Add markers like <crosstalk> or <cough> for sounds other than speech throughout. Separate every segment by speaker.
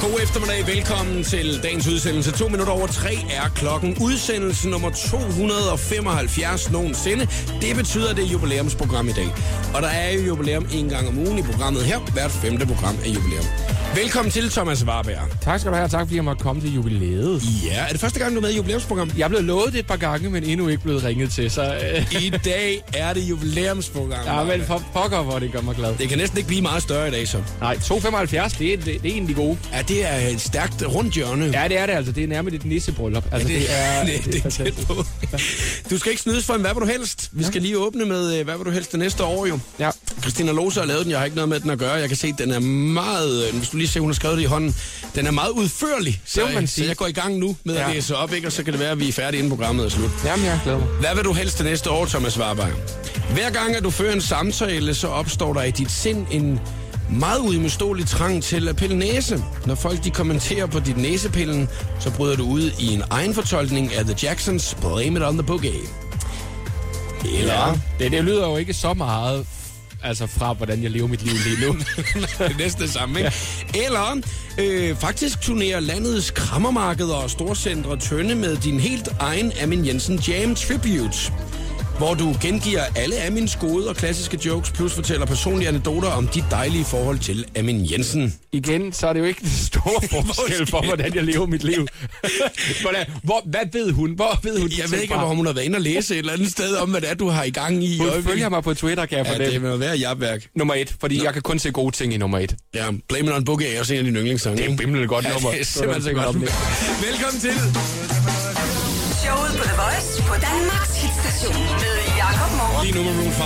Speaker 1: God eftermiddag. Velkommen til dagens udsendelse. To minutter over tre er klokken. Udsendelse nummer 275 nogensinde. Det betyder, det er jubilæumsprogram i dag. Og der er jo jubilæum en gang om ugen i programmet her. Hvert femte program er jubilæum. Velkommen til, Thomas Warberg.
Speaker 2: Tak skal du have, og tak fordi jeg måtte komme til jubilæet.
Speaker 1: Ja, er det første gang, du er med i jubilæumsprogram?
Speaker 2: Jeg er blevet lovet det et par gange, men endnu ikke blevet ringet til, så... Øh,
Speaker 1: I dag er det jubilæumsprogram.
Speaker 2: ja, men
Speaker 1: Warberg.
Speaker 2: for pokker, hvor det gør mig glad.
Speaker 1: Det kan næsten ikke blive meget større i dag, så.
Speaker 2: Nej, 275, det er, det, det er egentlig gode.
Speaker 1: Ja, det er et stærkt rundt hjørne.
Speaker 2: Ja, det er det altså. Det er nærmest et nissebryllup. Altså,
Speaker 1: Det
Speaker 2: <laughs>
Speaker 1: er, <laughs> det, det, er tæt
Speaker 2: fantastisk.
Speaker 1: på. Du skal ikke snydes for en hvad vil du helst. Vi skal lige åbne med øh, hvad vil du helst det næste år jo.
Speaker 2: Ja.
Speaker 1: Christina Lose har lavet den, jeg har ikke noget med den at gøre. Jeg kan se, at den er meget, øh, hvis du lige ser, hun har skrevet det i hånden, den er meget udførlig. Så,
Speaker 2: må man
Speaker 1: øh, så
Speaker 2: sige.
Speaker 1: jeg går i gang nu med at
Speaker 2: Ja.
Speaker 1: læse op, ikke? og så kan det være, at vi er færdige inden programmet er slut.
Speaker 2: Jamen, jeg glæder mig.
Speaker 1: Hvad vil du helst det næste år, Thomas Warberg? Hver gang, at du fører en samtale, så opstår der i dit sind en meget uimodståelig trang til at pille næse. Når folk de kommenterer på dit næsepillen, så bryder du ud i en egen fortolkning af The Jacksons Blame It On The Boogie. Eller... Ja.
Speaker 2: Det, det lyder jo ikke så meget altså fra, hvordan jeg lever mit liv lige
Speaker 1: <laughs>
Speaker 2: nu.
Speaker 1: det er næsten det samme, ikke? Ja. Eller øh, faktisk turnerer landets krammermarkeder og storcentre tønde med din helt egen Amin Jensen Jam Tribute hvor du gengiver alle Amins gode og klassiske jokes, plus fortæller personlige anekdoter om dit dejlige forhold til Amin Jensen.
Speaker 2: <laughs> Igen, så er det jo ikke den <laughs> store forskel for, hvordan jeg lever mit liv. <laughs> hvordan, hvor, hvad ved hun? Hvor ved hun de
Speaker 1: Jeg ved
Speaker 2: ting
Speaker 1: ikke,
Speaker 2: fra?
Speaker 1: om hun har været inde og læse et eller andet sted om, hvad det er, du har i gang i. i
Speaker 2: Hun
Speaker 1: øjeblikket.
Speaker 2: følger mig på Twitter, kan jeg
Speaker 1: Ja, det
Speaker 2: fornemme.
Speaker 1: må være jabværk.
Speaker 2: Nummer et, fordi jeg kan kun se gode ting i nummer et.
Speaker 1: Ja, Blame It On Boogie er også en af dine yndlingssange.
Speaker 2: Det er altså et bimlende godt
Speaker 1: Ja,
Speaker 2: nummer.
Speaker 1: det er simpelthen så godt. Velkommen til.
Speaker 3: Showet på The Voice på Danmarks hitstation med Jakob Morup.
Speaker 1: Lige nu med Rune 5.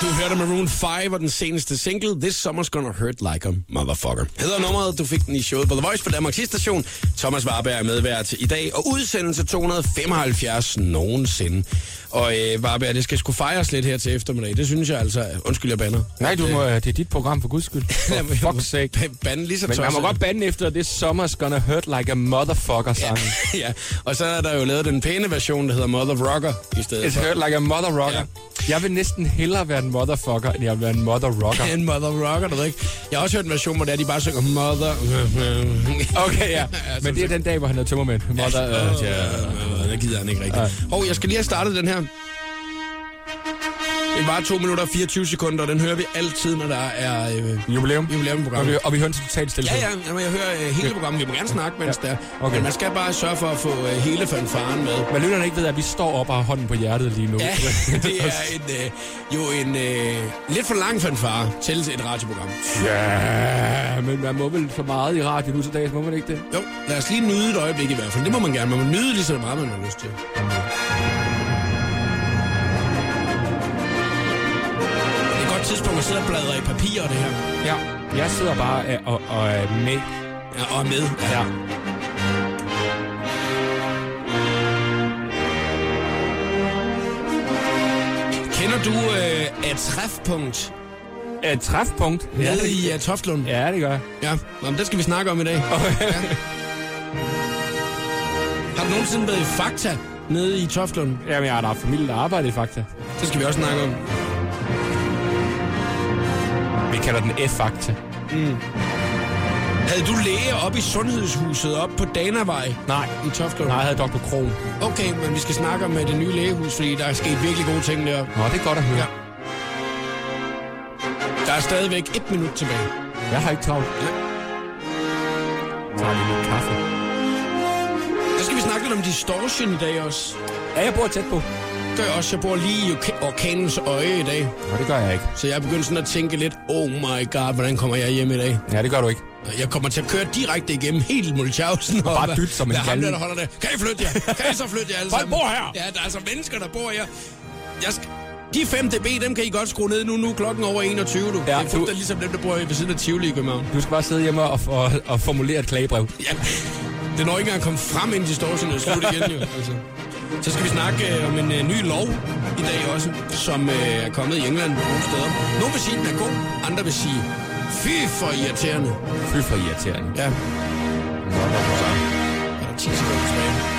Speaker 1: Du hørte Maroon 5 og den seneste single, This Summer's Gonna Hurt Like a Motherfucker. Hedder nummeret, du fik den i showet på The Voice på Danmarks station. Thomas Warberg er medvært i dag, og udsendelse 275 nogensinde. Og øh, Warberg, det skal sgu fejres lidt her til eftermiddag. Det synes jeg altså. Undskyld, jeg banner.
Speaker 2: Nej, du må, øh, det er dit program, for <laughs> guds skyld. For fuck's sake.
Speaker 1: Bande lige så
Speaker 2: Men man må
Speaker 1: tosset.
Speaker 2: godt bande efter det Summer's Gonna Hurt Like a Motherfucker sang.
Speaker 1: <laughs> ja, og så er der jo lavet den pæne version, der hedder Mother Rocker i stedet
Speaker 2: It's Hurt Like a Mother Rocker. Jeg vil næsten hellere være en motherfucker, end jeg vil være en mother rocker.
Speaker 1: for. En Mother Rocker, du ved ikke. Jeg har også hørt en version, hvor det er, de bare synger Mother...
Speaker 2: <laughs> <laughs> Okay, ja. Men det er den dag, hvor han er tømmermænd. Mother, uh, yeah.
Speaker 1: ja. Det gider han ikke rigtigt. Hov, jeg skal lige have startet den her. Det var 2 minutter og 24 sekunder, og den hører vi altid, når der er øh,
Speaker 2: Jubilæum. Og
Speaker 1: jubilæumprogram.
Speaker 2: vi, og vi hører en total stille.
Speaker 1: Ja, ja, jamen, jeg hører øh, hele programmet. Vi må gerne snakke, mens
Speaker 2: Ja.
Speaker 1: der.
Speaker 2: Okay.
Speaker 1: Men man skal bare sørge for at få øh, hele fanfaren med.
Speaker 2: Hvad lytterne ikke ved, er, at vi står op og har hånden på hjertet lige nu. <laughs>
Speaker 1: Ja, <laughs> det er en, øh, jo en øh, lidt for lang fanfare til et radioprogram.
Speaker 2: Ja, men man må vel for meget i radio nu til dags, må man ikke det?
Speaker 1: Jo, lad os lige nyde et øjeblik i hvert fald. Det må man gerne. Man må nyde lige så meget, man har lyst til. Det er et godt tidspunkt at sidde og bladre i papirer, det her.
Speaker 2: Ja. Jeg sidder bare øh, og, og er med.
Speaker 1: Ja, og er med.
Speaker 2: Ja.
Speaker 1: Kender du øh, et træfpunkt
Speaker 2: Et træfpunkt.
Speaker 1: nede i uh, Toftlund?
Speaker 2: Ja, det gør <laughs> jeg.
Speaker 1: Ja, Nå, men det skal vi snakke om i dag. ja. Har du nogensinde været i Fakta nede i Toftlund?
Speaker 2: Jamen, jeg har da haft familie, der arbejder i Fakta.
Speaker 1: Det skal vi også snakke om.
Speaker 2: Vi kalder den F-Fakta.
Speaker 1: Havde du læge op i sundhedshuset op på Danavej
Speaker 2: Nej.
Speaker 1: i Toftlund?
Speaker 2: Nej, jeg havde Dr. Kron.
Speaker 1: Okay, men vi skal snakke om øh, det nye lægehus, fordi der er sket virkelig gode ting der.
Speaker 2: Nå, det er godt at høre.
Speaker 1: Ja. Der er stadigvæk et minut tilbage.
Speaker 2: Jeg har ikke travlt.
Speaker 1: Nej.
Speaker 2: Jeg tager lige lidt kaffe.
Speaker 1: Så skal vi snakke lidt om distortion i dag også.
Speaker 2: Ja, jeg bor tæt på.
Speaker 1: Det gør jeg også. Jeg bor lige i orka- orkanens øje i dag,
Speaker 2: Nå, det gør jeg ikke.
Speaker 1: så jeg er begyndt sådan at tænke lidt, oh my god, hvordan kommer jeg hjem i dag?
Speaker 2: Ja, det gør du ikke.
Speaker 1: Jeg kommer til at køre direkte igennem helt Mulchausen.
Speaker 2: bare dytte som en
Speaker 1: Der er ham der,
Speaker 2: galning.
Speaker 1: der holder det. Kan I flytte jer? Kan I så flytte jer alle
Speaker 2: Folk
Speaker 1: sammen?
Speaker 2: bor her.
Speaker 1: Ja, der er altså mennesker, der bor her. Jeg skal... De 5 dB, dem kan I godt skrue ned nu. Nu er klokken over 21, du. Ja, det er
Speaker 2: du-
Speaker 1: fuldstændig ligesom dem, der bor ved siden af Tivoli i København.
Speaker 2: Du skal bare sidde hjemme og, og, og formulere et klagebrev.
Speaker 1: Ja, det når ikke engang at komme frem, inden distortion er slut igen, jo. Altså. Så skal vi snakke øh, om en øh, ny lov i dag også, som øh, er kommet i England nogle steder. Nogle vil sige, at den er god, andre vil sige, fy for irriterende.
Speaker 2: Fy for irriterende.
Speaker 1: Ja. Så er der 10 sekunder tilbage.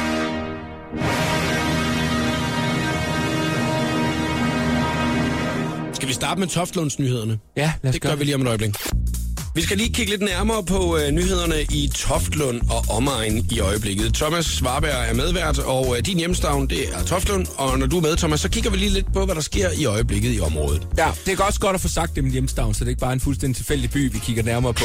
Speaker 1: starte med Toftlundsnyhederne.
Speaker 2: Ja, lad os
Speaker 1: Det
Speaker 2: gøre
Speaker 1: gør vi
Speaker 2: det.
Speaker 1: lige om et øjeblik. Vi skal lige kigge lidt nærmere på øh, nyhederne i Toftlund og omegn i øjeblikket. Thomas Svarberg er medvært, og øh, din hjemstavn det er Toftlund. Og når du er med, Thomas, så kigger vi lige lidt på, hvad der sker i øjeblikket i området.
Speaker 2: Ja, det er også godt at få sagt det med hjemstavn, så det er ikke bare en fuldstændig tilfældig by, vi kigger nærmere <laughs> på.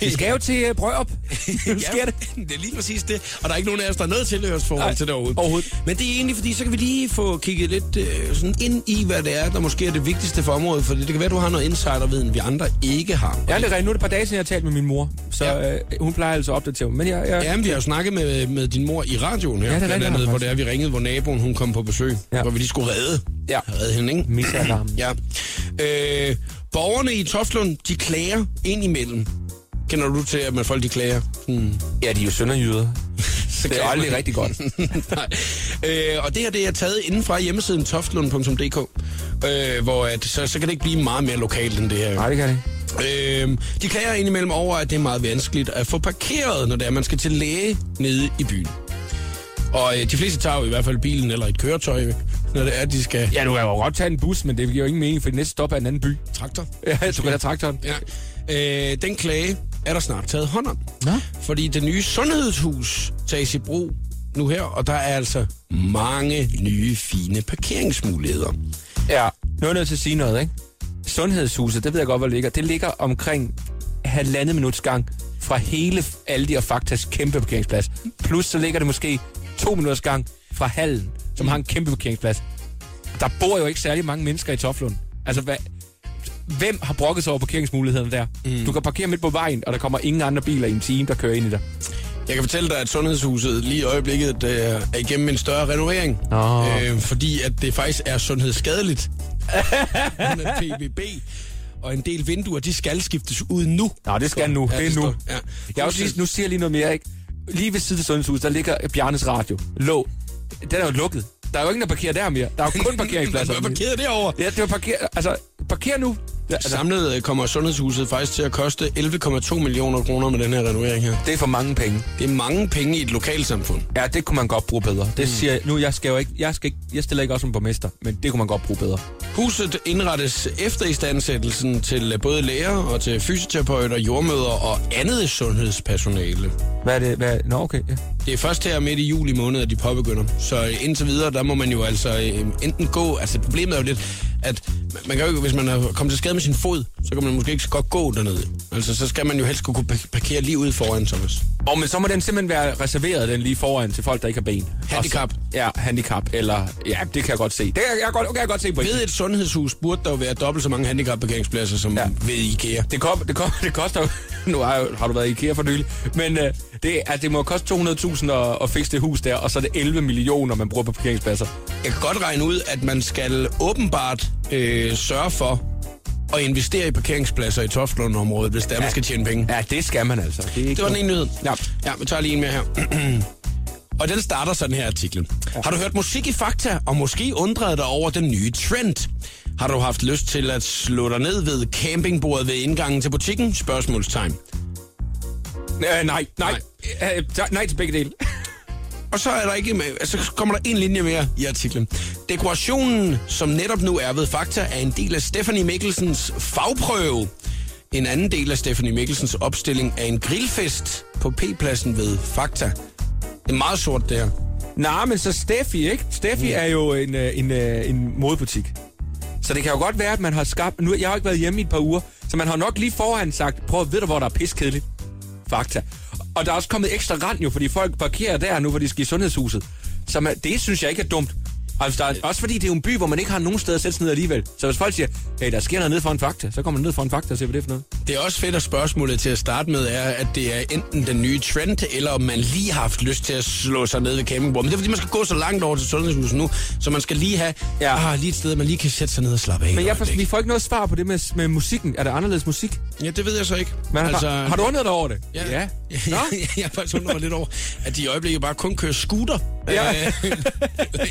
Speaker 2: Vi skal jo til uh, Brørup. Nu sker det.
Speaker 1: det <laughs> er lige præcis det. Og der er ikke nogen af os, der er noget tilhørsforhold
Speaker 2: Nej,
Speaker 1: til det overhovedet.
Speaker 2: overhovedet.
Speaker 1: Men det er egentlig, fordi så kan vi lige få kigget lidt øh, sådan ind i, hvad det er, der måske er det vigtigste for området. For det kan være, du har noget insiderviden, vi andre ikke har.
Speaker 2: Ja, det er rigtigt. Nu er det et par dage siden, jeg har talt med min mor, så
Speaker 1: Ja.
Speaker 2: ja. øh, hun plejer altså at opdatere mig. Men jeg, jeg,
Speaker 1: Ja, men vi har jo snakket med, med din mor i radioen her,
Speaker 2: Ja, det er
Speaker 1: blandt
Speaker 2: rigtigt,
Speaker 1: andet, hvor
Speaker 2: Anders.
Speaker 1: det er, vi ringede, hvor naboen hun kom på besøg, ja.
Speaker 2: Ja.
Speaker 1: hvor vi lige skulle redde,
Speaker 2: Ja.
Speaker 1: redde hende, ikke?
Speaker 2: Misalarmen.
Speaker 1: Ja. Øh, borgerne i Toftlund, de klager ind imellem. Kender du til, at man folk de klager? Hmm.
Speaker 2: ja, de er jo sønderjyder. <laughs> Så det er
Speaker 1: klager
Speaker 2: aldrig
Speaker 1: man.
Speaker 2: rigtig godt.
Speaker 1: <laughs> Nej. Øh, og det her, det er taget inden fra hjemmesiden toftlund.dk, øh, hvor at, så, så kan det ikke blive meget mere lokalt end det her.
Speaker 2: Nej, det kan det ikke.
Speaker 1: Øhm, de klager indimellem over, at det er meget vanskeligt at få parkeret, når det er, man skal til læge nede i byen. Og øh, de fleste tager jo i hvert fald bilen eller et køretøj, når det er, de skal ja.
Speaker 2: Ja, du kan jo godt tage en bus, men det giver jo ingen mening, for det næste stop er en anden by.
Speaker 1: traktor.
Speaker 2: Ja, du kan da traktoren.
Speaker 1: Ja. Øh, den klage er der snart taget hånd om.
Speaker 2: Nå.
Speaker 1: Fordi det nye sundhedshus tages i brug nu her, og der er altså mange nye fine parkeringsmuligheder.
Speaker 2: Ja. Nu er jeg nødt til at sige noget, ikke? Sundhedshuset, det ved jeg godt, hvor det ligger. Det ligger omkring halvandet minuts gang fra hele Aldi og Faktas kæmpe parkeringsplads. Plus så ligger det måske to minutters gang fra hallen, som har en kæmpe parkeringsplads. Der bor jo ikke særlig mange mennesker i Toflund. Altså, hvad, hvem har brokket sig over parkeringsmulighederne der? Mm. Du kan parkere midt på vejen, og der kommer ingen andre biler i en time, der kører ind i dig.
Speaker 1: Jeg kan fortælle dig, at Sundhedshuset lige i øjeblikket øh, er igennem en større renovering.
Speaker 2: Nå.
Speaker 1: Øh, fordi at det faktisk er sundhedsskadeligt. Under PBB. Og en del vinduer, de skal skiftes ud nu.
Speaker 2: Nå, det skal nu. det er nu.
Speaker 1: står- Ja.
Speaker 2: Jeg vil også lige, nu siger jeg lige noget mere, ikke? Lige ved siden af Sundhedshuset, der ligger Bjarnes Radio. Lå. Den er jo lukket. Der er jo ingen, der parkerer der mere. Der er <laughs> jo kun parkeringspladser.
Speaker 1: Man var parkeret derovre.
Speaker 2: Ja, det var parker... Altså, parker nu. Ja, altså,
Speaker 1: Samlet øh, kommer Sundhedshuset faktisk til at koste 11,2 millioner kroner med den her renovering her.
Speaker 2: det er for mange penge.
Speaker 1: Det er mange penge i et lokalsamfund.
Speaker 2: Ja, det kunne man godt bruge bedre. Det siger jeg. Nu, jeg skal jo ikke... Jeg, skal ikke, jeg stiller ikke også som borgmester, men det kunne man godt bruge bedre.
Speaker 1: Huset indrettes efter istandsættelsen til øh, både læger og til fysioterapeuter, jordmøder og andet sundhedspersonale.
Speaker 2: Hvad er det? Hvad... Nå, okay. Ja.
Speaker 1: Det er først her midt i juli måned, at de påbegynder. Så øh, indtil videre, der må man jo altså øh, enten gå... Altså problemet er jo lidt, at man- man kan jo ikke, hvis man er kommet til skade med sin fod, så kan man måske ikke så godt gå dernede. Altså, så skal man jo helst kunne kunne pa- parkere lige ude foran, Thomas.
Speaker 2: Og men så må den simpelthen være reserveret, den lige foran, til folk, der ikke har ben.
Speaker 1: Handicap.
Speaker 2: Og så- Ja, handicap. Eller... Ja, det kan jeg godt se. Det kan jeg, jeg, godt, okay, jeg kan godt se på.
Speaker 1: Ved et sundhedshus burde der jo være dobbelt så mange handicapparkeringspladser som ja.
Speaker 2: Ja.
Speaker 1: ved IKEA.
Speaker 2: Det, kom, det, kom, <laughs> det koster jo... Nu har, jeg- har du været i IKEA for nylig. Men øh, det, altså, det må jo koste 200.000 at, at fikse det hus der, og så er det 11 millioner, man bruger på parkeringspladser.
Speaker 1: Jeg kan godt regne ud, at man skal åbenbart øh, sørge for at investere i parkeringspladser i Toftlund-området, hvis der ja. man skal tjene penge.
Speaker 2: Ja, det skal man altså. Det, er ikke
Speaker 1: Det var den ene nyhed.
Speaker 2: Ja.
Speaker 1: ja vi tager lige en mere her. <clears throat> Og den starter sådan her artiklen. Har du hørt musik i Fakta, og måske undret dig over den nye trend? Har du haft lyst til at slå dig ned ved campingbordet ved indgangen til butikken? Spørgsmålstegn.
Speaker 2: Øh, nej, nej. Nej. Øh, tak- nej til begge dele.
Speaker 1: Og så er der ikke med, så kommer der en linje mere i artiklen. Dekorationen, som netop nu er ved Fakta, er en del af Stephanie Mikkelsens fagprøve. En anden del af Stephanie Mikkelsens opstilling er en grillfest på P-pladsen ved Fakta. Det er meget sort, det her.
Speaker 2: Nej, men så Steffi, ikke? Steffi er jo en, øh, en, øh, en modebutik. Så det kan jo godt være, at man har skabt... Nu, jeg har jo ikke været hjemme i et par uger, så man har nok lige forhånd sagt, prøv at ved du, hvor der er piskedeligt. Fakta. Og der er også kommet ekstra rand jo, fordi folk parkerer der nu, hvor de skal i sundhedshuset. Så man, det synes jeg ikke er dumt. Altså, der er, også fordi det er jo en by, hvor man ikke har nogen steder at sætte sig ned alligevel. Så hvis folk siger, hey, der sker noget nede for en fakta, så kommer man ned for en fakta og ser, hvad det er for noget.
Speaker 1: Det er også fedt, at spørgsmålet til at starte med er, at det er enten den nye trend, eller om man lige har haft lyst til at slå sig ned ved campingbordet. Men det er, fordi man skal gå så langt over til sundhedshuset nu, så man skal lige have ja.
Speaker 2: Ja.
Speaker 1: ah, lige et sted, man lige kan sætte sig ned og slappe af.
Speaker 2: Men
Speaker 1: et
Speaker 2: jeg forstår, vi
Speaker 1: øjeblik.
Speaker 2: får ikke noget svar på det med, med musikken. Er der anderledes musik?
Speaker 1: Ja, det ved jeg så ikke.
Speaker 2: Man altså, har, har du undret dig over det?
Speaker 1: <laughs> Ja.
Speaker 2: <laughs> Nå?
Speaker 1: jeg har faktisk undret mig lidt over, at de i øjeblikket bare kun kører scooter.
Speaker 2: Ja.
Speaker 1: <laughs> Øh,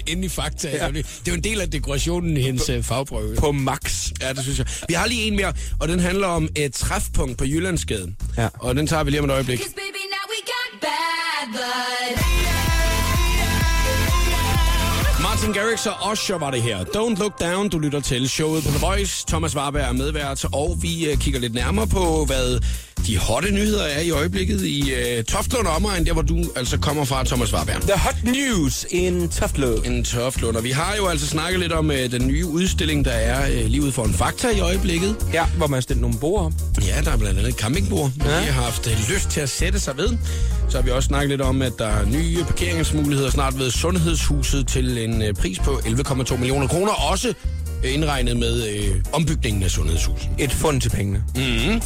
Speaker 1: Inde i fakta. Ja. Det er jo en del af dekorationen i hendes øh, fagprøve.
Speaker 2: På max.
Speaker 1: Ja, det synes jeg. Vi har lige en mere, og den handler om et træfpunkt på Jyllandsgaden.
Speaker 2: Ja.
Speaker 1: Og den tager vi lige om et øjeblik.
Speaker 4: Cause baby, now we got bad blood.
Speaker 1: Martin Martin Garrix og Usher var det her. Don't Look Down, du lytter til showet på The Voice. Thomas Warberg er medvært, og vi øh, kigger lidt nærmere på, hvad de hotte nyheder er i øjeblikket i øh, Toftlund og omegn, der hvor du altså kommer fra, Thomas Warberg.
Speaker 2: The hot news in Tuftløb.
Speaker 1: En Toftlund, og vi har jo altså snakket lidt om øh, den nye udstilling, der er øh, lige ude for en fakta i øjeblikket.
Speaker 2: Ja, hvor man har stillet nogle bord op.
Speaker 1: Ja, der er blandt andet et campingbord, ja. vi har haft øh, lyst til at sætte sig ved. Så har vi også snakket lidt om, at der er nye parkeringsmuligheder snart ved Sundhedshuset til en øh, pris på 11,2 millioner kroner. Også øh, indregnet med øh, ombygningen af Sundhedshuset.
Speaker 2: Et fund til pengene.
Speaker 1: Mm.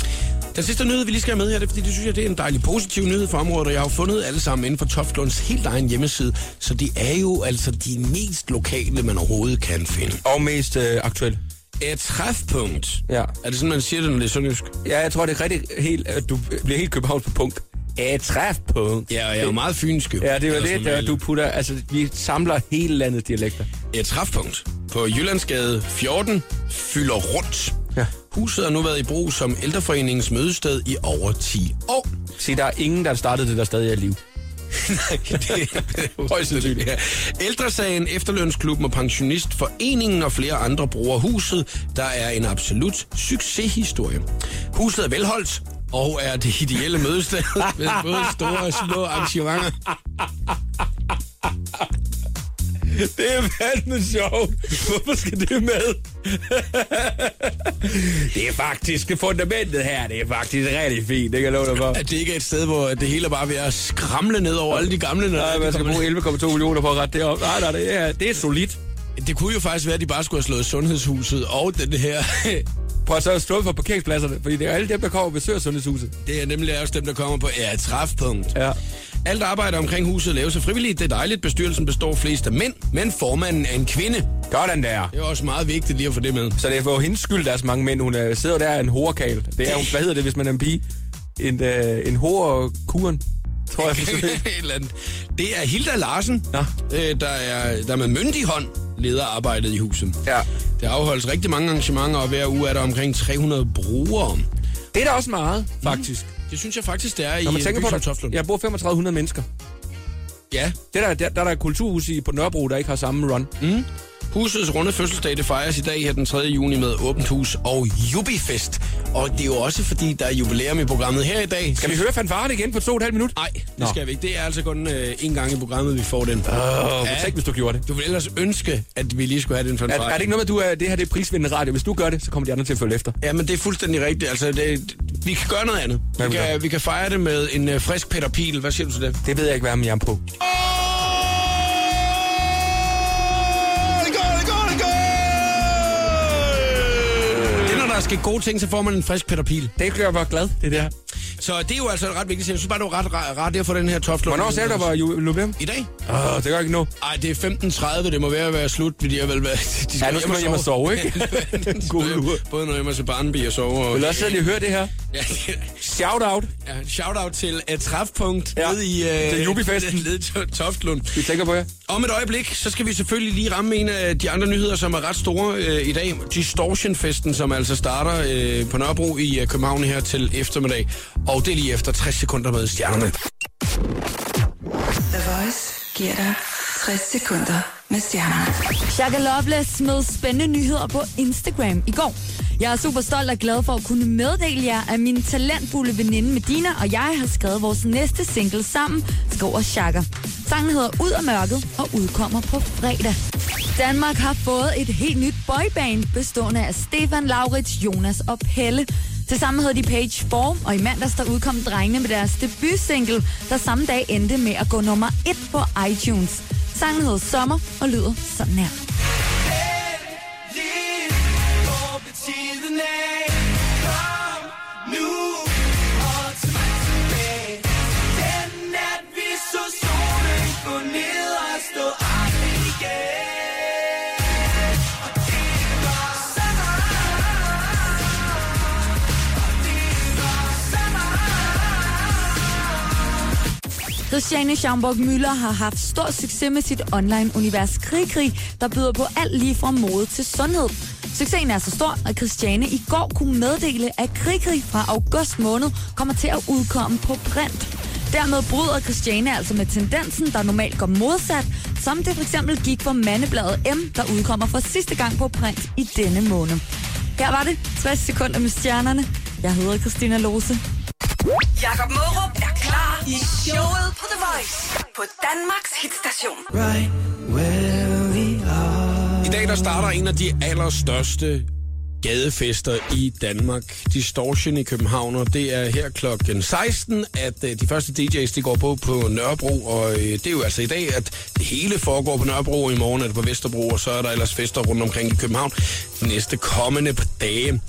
Speaker 1: Den sidste nyhed, vi lige skal have med her, det er, fordi det synes jeg, det er en dejlig positiv nyhed for området, og jeg har jo fundet alle sammen inden for Toftlunds helt egen hjemmeside, så det er jo altså de mest lokale, man overhovedet kan finde.
Speaker 2: Og mest øh, aktuelt.
Speaker 1: Et træfpunkt.
Speaker 2: Ja.
Speaker 1: Er det sådan, man siger det, når det er sønderjysk?
Speaker 2: Ja, jeg tror, det er rigtig helt, at du bliver helt københavns på punkt. Et træfpunkt.
Speaker 1: Ja, og jeg er jo meget fynsk. jo.
Speaker 2: Ja, det er jo
Speaker 1: Eller
Speaker 2: det,
Speaker 1: sådan,
Speaker 2: at du putter... Altså, vi samler hele landets dialekter.
Speaker 1: et træfpunkt på Jyllandsgade 14 fylder rundt.
Speaker 2: Ja.
Speaker 1: Huset har nu været i brug som ældreforeningens mødested i over 10
Speaker 2: <laughs>
Speaker 1: år.
Speaker 2: Se, der er ingen, der startede det, der stadig er liv.
Speaker 1: Nej,
Speaker 2: <laughs>
Speaker 1: det er højst sandsynligt. Ja. Ældresagen, Efterlønsklubben og Pensionistforeningen og flere andre bruger huset. Der er en absolut succeshistorie. Huset er velholdt og er det ideelle
Speaker 2: <laughs>
Speaker 1: mødested med både store og små arrangementer.
Speaker 2: Det er fandme sjovt. Hvorfor skal det med? <laughs> det er faktisk fundamentet her. Det er faktisk rigtig fint. Det kan jeg love dig for.
Speaker 1: At det ikke er et sted, hvor det hele bare er ved at skramle ned over alle de gamle. når
Speaker 2: Nej,
Speaker 1: de
Speaker 2: man
Speaker 1: kommer
Speaker 2: skal bruge 11,2 millioner på at rette det op. Nej, nej, det er, det er solidt.
Speaker 1: Det kunne jo faktisk være, at de bare skulle have slået sundhedshuset og den her... <laughs>
Speaker 2: Prøv at så stå for parkeringspladserne, fordi det er alle dem, der kommer og besøger sundhedshuset.
Speaker 1: Det er nemlig også dem, der kommer på ja, et træfpunkt.
Speaker 2: Ja.
Speaker 1: Alt arbejde omkring huset laves af frivillige. Det er dejligt. Bestyrelsen består flest af mænd, men formanden er en kvinde.
Speaker 2: Sådan der.
Speaker 1: Det er også meget vigtigt lige at få det
Speaker 2: <laughs>
Speaker 1: med.
Speaker 2: Så det er for hendes skyld, der er så mange mænd. Hun øh, sidder der en horekal. Det er, hun- hvad hedder det, hvis man er en pige? En, øh, en horekuren, tror jeg.
Speaker 1: <laughs> Et eller andet. det er Hilda Larsen,
Speaker 2: Nå.
Speaker 1: øh, der, er, der med myndig hånd leder arbejdet i huset.
Speaker 2: Ja.
Speaker 1: Der afholdes rigtig mange arrangementer, og hver uge er der omkring 300 brugere.
Speaker 2: Det er da også meget, faktisk.
Speaker 1: Det synes jeg faktisk, det er i
Speaker 2: Når man
Speaker 1: øh,
Speaker 2: tænker
Speaker 1: byen
Speaker 2: på,
Speaker 1: som Toftlund.
Speaker 2: der, jeg bor 3500 mennesker.
Speaker 1: ja.
Speaker 2: Det der, der, der er der kulturhus i på Nørrebro, der ikke har samme run. Mm.
Speaker 1: Husets runde fødselsdag, det fejres i dag her den 3. juni med åbent hus og jubifest. Og det er jo også fordi, der er jubilæum i programmet her i dag.
Speaker 2: Kan vi høre fanfaren igen på to og et halvt minut?
Speaker 1: Nej, det
Speaker 2: Nå.
Speaker 1: skal vi ikke. Det er altså kun øh, én gang i programmet, vi får den.
Speaker 2: Åh, ja. tænk, hvis du gjorde det.
Speaker 1: Du vil ellers ønske, at vi lige skulle have den for en
Speaker 2: Er, er det ikke noget med, at du er, det her det er prisvindende radio? Hvis du gør det, så kommer de andre til at følge efter.
Speaker 1: Ja, men det er fuldstændig rigtigt. Altså, det, vi kan gøre noget andet.
Speaker 2: Hvad
Speaker 1: Vi
Speaker 2: vil
Speaker 1: kan,
Speaker 2: du?
Speaker 1: vi kan fejre det med en øh, frisk Peter Pil. Hvad siger du til det?
Speaker 2: Det ved jeg ikke, hvad jeg er på.
Speaker 1: Det er, når der skal gode ting, så får man en frisk Peter Pil.
Speaker 2: Det gør jeg bare glad, det der.
Speaker 1: Så det er jo altså ret vigtigt. Jeg synes bare, det var ret ra- rart at få den her toftlund.
Speaker 2: Hvornår sagde du, der var jubilæum?
Speaker 1: I dag?
Speaker 2: Åh, det gør jeg ikke nu.
Speaker 1: Ej, det er 15.30, det må være at være slut, fordi jeg vil være... <laughs> De
Speaker 2: Ja, nu skal man hjem og sove,
Speaker 1: <laughs>
Speaker 2: ikke? <laughs> God
Speaker 1: God
Speaker 2: lur.
Speaker 1: Både når jeg må til Barnaby og sove. Og...
Speaker 2: Vil du også sidde og høre det her?
Speaker 1: <laughs> Ja,
Speaker 2: Shout out.
Speaker 1: ja, shout-out til et træfpunkt
Speaker 2: Ja,
Speaker 1: nede i... øh,
Speaker 2: til jubifesten.
Speaker 1: <laughs> Nede i To- Toftlund.
Speaker 2: Vi tænker på jer.
Speaker 1: Om et øjeblik, så skal vi selvfølgelig lige ramme en af de andre nyheder, som er ret store øh, i dag. Distortion-festen, som altså starter øh, på Nørrebro i øh, København her til eftermiddag. Og det er lige efter 60 sekunder med stjernerne.
Speaker 3: The Voice giver dig 60 sekunder med stjernerne.
Speaker 4: Shaka Loveless smed spændende nyheder på Instagram i går. Jeg er super stolt og glad for at kunne meddele jer, at min talentfulde veninde Medina og jeg har skrevet vores næste single sammen, skriver Shaka. Sangen hedder Ud af mørket og udkommer på fredag. Danmark har fået et helt nyt boyband, bestående af Stefan, Laurits, Jonas og Pelle. Tilsammen hed de Page 4, og i mandags der udkom drengene med deres debutsingle, der samme dag endte med at gå nummer 1 på iTunes. Sangen hed Sommer og lyder sådan her. Christiane Schaumburg Müller har haft stor succes med sit online-univers Krigkrig, der byder på alt lige fra mode til sundhed. Succesen er så stor, at Christiane i går kunne meddele, at Krigkrig fra august måned kommer til at udkomme på print. Dermed bryder Christiane altså med tendensen, der normalt går modsat, som det for eksempel gik for mandebladet M, der udkommer for sidste gang på print i denne måned. Her var det 60 sekunder med stjernerne. Jeg hedder Christina Lose.
Speaker 3: Jakob Morup er klar i showet på The Voice på Danmarks hitstation.
Speaker 1: I dag der starter en af de allerstørste gadefester i Danmark. Distortion i København, og det er her klokken 16, at øh, de første DJ's de går på på Nørrebro, og øh, det er jo altså i dag, at det hele foregår på Nørrebro, og i morgen er det på Vesterbro, og så er der ellers fester rundt omkring i København de næste kommende par dage.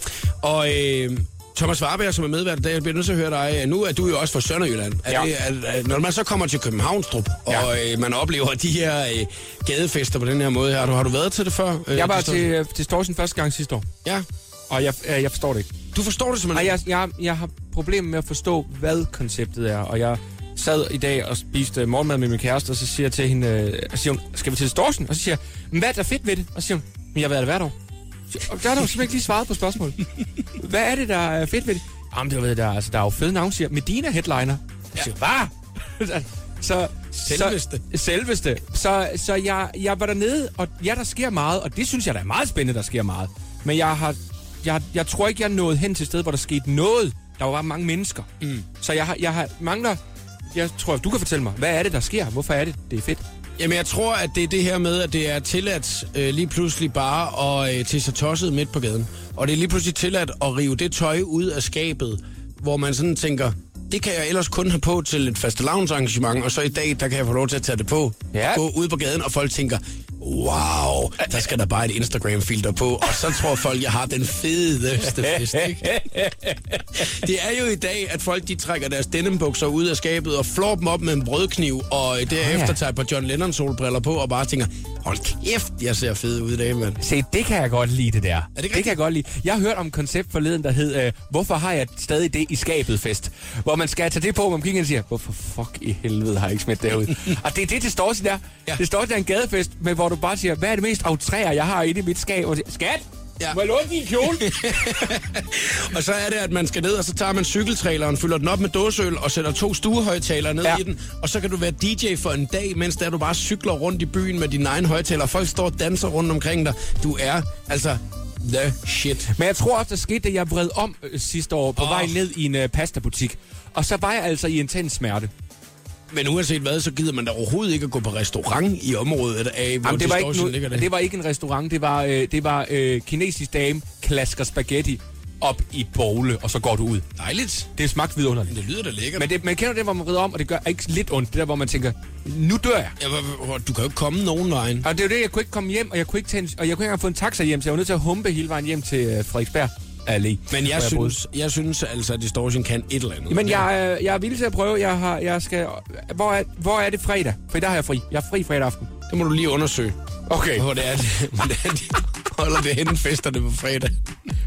Speaker 1: Og øh, Thomas Warberg, som er medvært i dag, jeg bliver nødt til at høre dig. øh, Nu er du jo også fra Sønderjylland. Er
Speaker 2: Ja.
Speaker 1: det, er, er, øh, når man så kommer til Københavnstrup,
Speaker 2: Ja.
Speaker 1: og øh, man oplever de her øh, gadefester på den her måde her, har du, har du været til det før? øh,
Speaker 2: Jeg var
Speaker 1: Christoffer?
Speaker 2: til øh, Distortion første gang sidste år,
Speaker 1: Ja.
Speaker 2: og jeg, øh, jeg forstår det ikke.
Speaker 1: Du forstår det
Speaker 2: Ej,
Speaker 1: simpelthen.
Speaker 2: jeg, jeg, jeg har problemer med at forstå, hvad konceptet er, og jeg sad i dag og spiste øh, morgenmad med min kæreste, og så siger jeg til hende, øh, og siger hun, skal vi til Storsen? Og så siger jeg, "Men hvad er der fedt ved det? Og så siger hun, men jeg har været der hvert år. Så- Og der har du simpelthen ikke lige svaret på spørgsmålet. Hvad er det, der er fedt ved det? Jamen, det ved der, altså, der er jo fede navn, siger jeg. Medina headliner. Jeg siger, hvad? <laughs> så,
Speaker 1: Selveste.
Speaker 2: Så, selveste. Så, så jeg, jeg var dernede, og ja, der sker meget, og det synes jeg, der er meget spændende, der sker meget. Men jeg har, jeg, jeg tror ikke, jeg nåede hen til et sted, hvor der skete noget. Der var bare mange mennesker. Mm. Så jeg, har, jeg har, mangler... Jeg tror, du kan fortælle mig, hvad er det, der sker? Hvorfor er det, det er fedt?
Speaker 1: Jamen, jeg tror, at det er det her med, at det er tilladt øh, lige pludselig bare at øh, til sig tosset midt på gaden. Og det er lige pludselig tilladt at rive det tøj ud af skabet, hvor man sådan tænker, det kan jeg ellers kun have på til et fastelavnsarrangement, og så i dag, der kan jeg få lov til at tage det på.
Speaker 2: Ja.
Speaker 1: Gå ud på gaden, og folk tænker, wow, der skal der bare et Instagram-filter på, og så tror folk, jeg har den fedeste fest, ikke? Det er jo i dag, at folk de trækker deres denimbukser ud af skabet og flår dem op med en brødkniv, og øh, derefter
Speaker 2: Ah, ja.
Speaker 1: tager et par John Lennon solbriller på og bare tænker, hold kæft, jeg ser fed ud i dag, mand.
Speaker 2: Se, det kan jeg godt lide, det der.
Speaker 1: det
Speaker 2: det, det
Speaker 1: rigtigt?
Speaker 2: kan jeg godt lide. Jeg hørte om et koncept forleden, der hed, øh, hvorfor har jeg stadig det i skabet fest? Hvor man skal tage det på, hvor man kigger og siger, hvorfor fuck i helvede har jeg ikke smidt det
Speaker 1: <laughs>
Speaker 2: ud? og det er det, det står sådan der.
Speaker 1: Ja.
Speaker 2: Ja. Det står sådan der en gadefest, men hvor du bare siger, hvad er det mest autræer, jeg har inde i mit skab? Og siger, Skat!
Speaker 1: Ja.
Speaker 2: Ja. Må jeg låne
Speaker 1: <laughs>
Speaker 2: din kjole?
Speaker 1: Og så er det, at man skal ned, og så tager man cykeltraileren, fylder den op med dåseøl og sætter to stuehøjtalere ned ja.
Speaker 2: Ja.
Speaker 1: i den. Og så kan du være DJ for en dag, mens der du bare cykler rundt i byen med dine egne højtalere. Folk står og danser rundt omkring dig. Du er altså the shit.
Speaker 2: Men jeg tror også, der skete, at jeg vred om øh, sidste år på
Speaker 1: Åh.
Speaker 2: oh. vej ned i en øh, pastabutik. Og så var jeg altså i intens smerte.
Speaker 1: Men uanset hvad, så gider man da overhovedet ikke at gå på restaurant i området af, hvor
Speaker 2: Jamen, det, var ikke
Speaker 1: distortion ligger
Speaker 2: nu,
Speaker 1: det.
Speaker 2: det var ikke en restaurant, det var, øh, det var øh, kinesisk dame klasker spaghetti op i bowle, og så går du ud.
Speaker 1: Dejligt.
Speaker 2: Det smagte vidunderligt.
Speaker 1: Det lyder da lækkert.
Speaker 2: Men det, man kender det, hvor man rider om, og det gør ikke lidt ondt. Det der, hvor man tænker, nu dør jeg.
Speaker 1: Ja, hvor- hvor- du kan jo ikke komme nogen vejen.
Speaker 2: Og det er jo det, jeg kunne ikke komme hjem, og jeg kunne ikke, tage en, og jeg kunne ikke engang få en taxa hjem, så jeg var nødt til at humpe hele vejen hjem til øh, Frederiksberg Allé.
Speaker 1: Men jeg,
Speaker 2: hvor boede.
Speaker 1: synes, jeg synes altså, at Distortion kan et eller andet.
Speaker 2: Men jeg, øh, jeg er villig til at prøve. Jeg, har, jeg skal... Hvor er, hvor er det fredag? For der har jeg fri. Jeg er fri fredag aften.
Speaker 1: Det må du lige undersøge,
Speaker 2: Okay.
Speaker 1: hvor det er, det, hvordan de holder det henne festerne på fredag.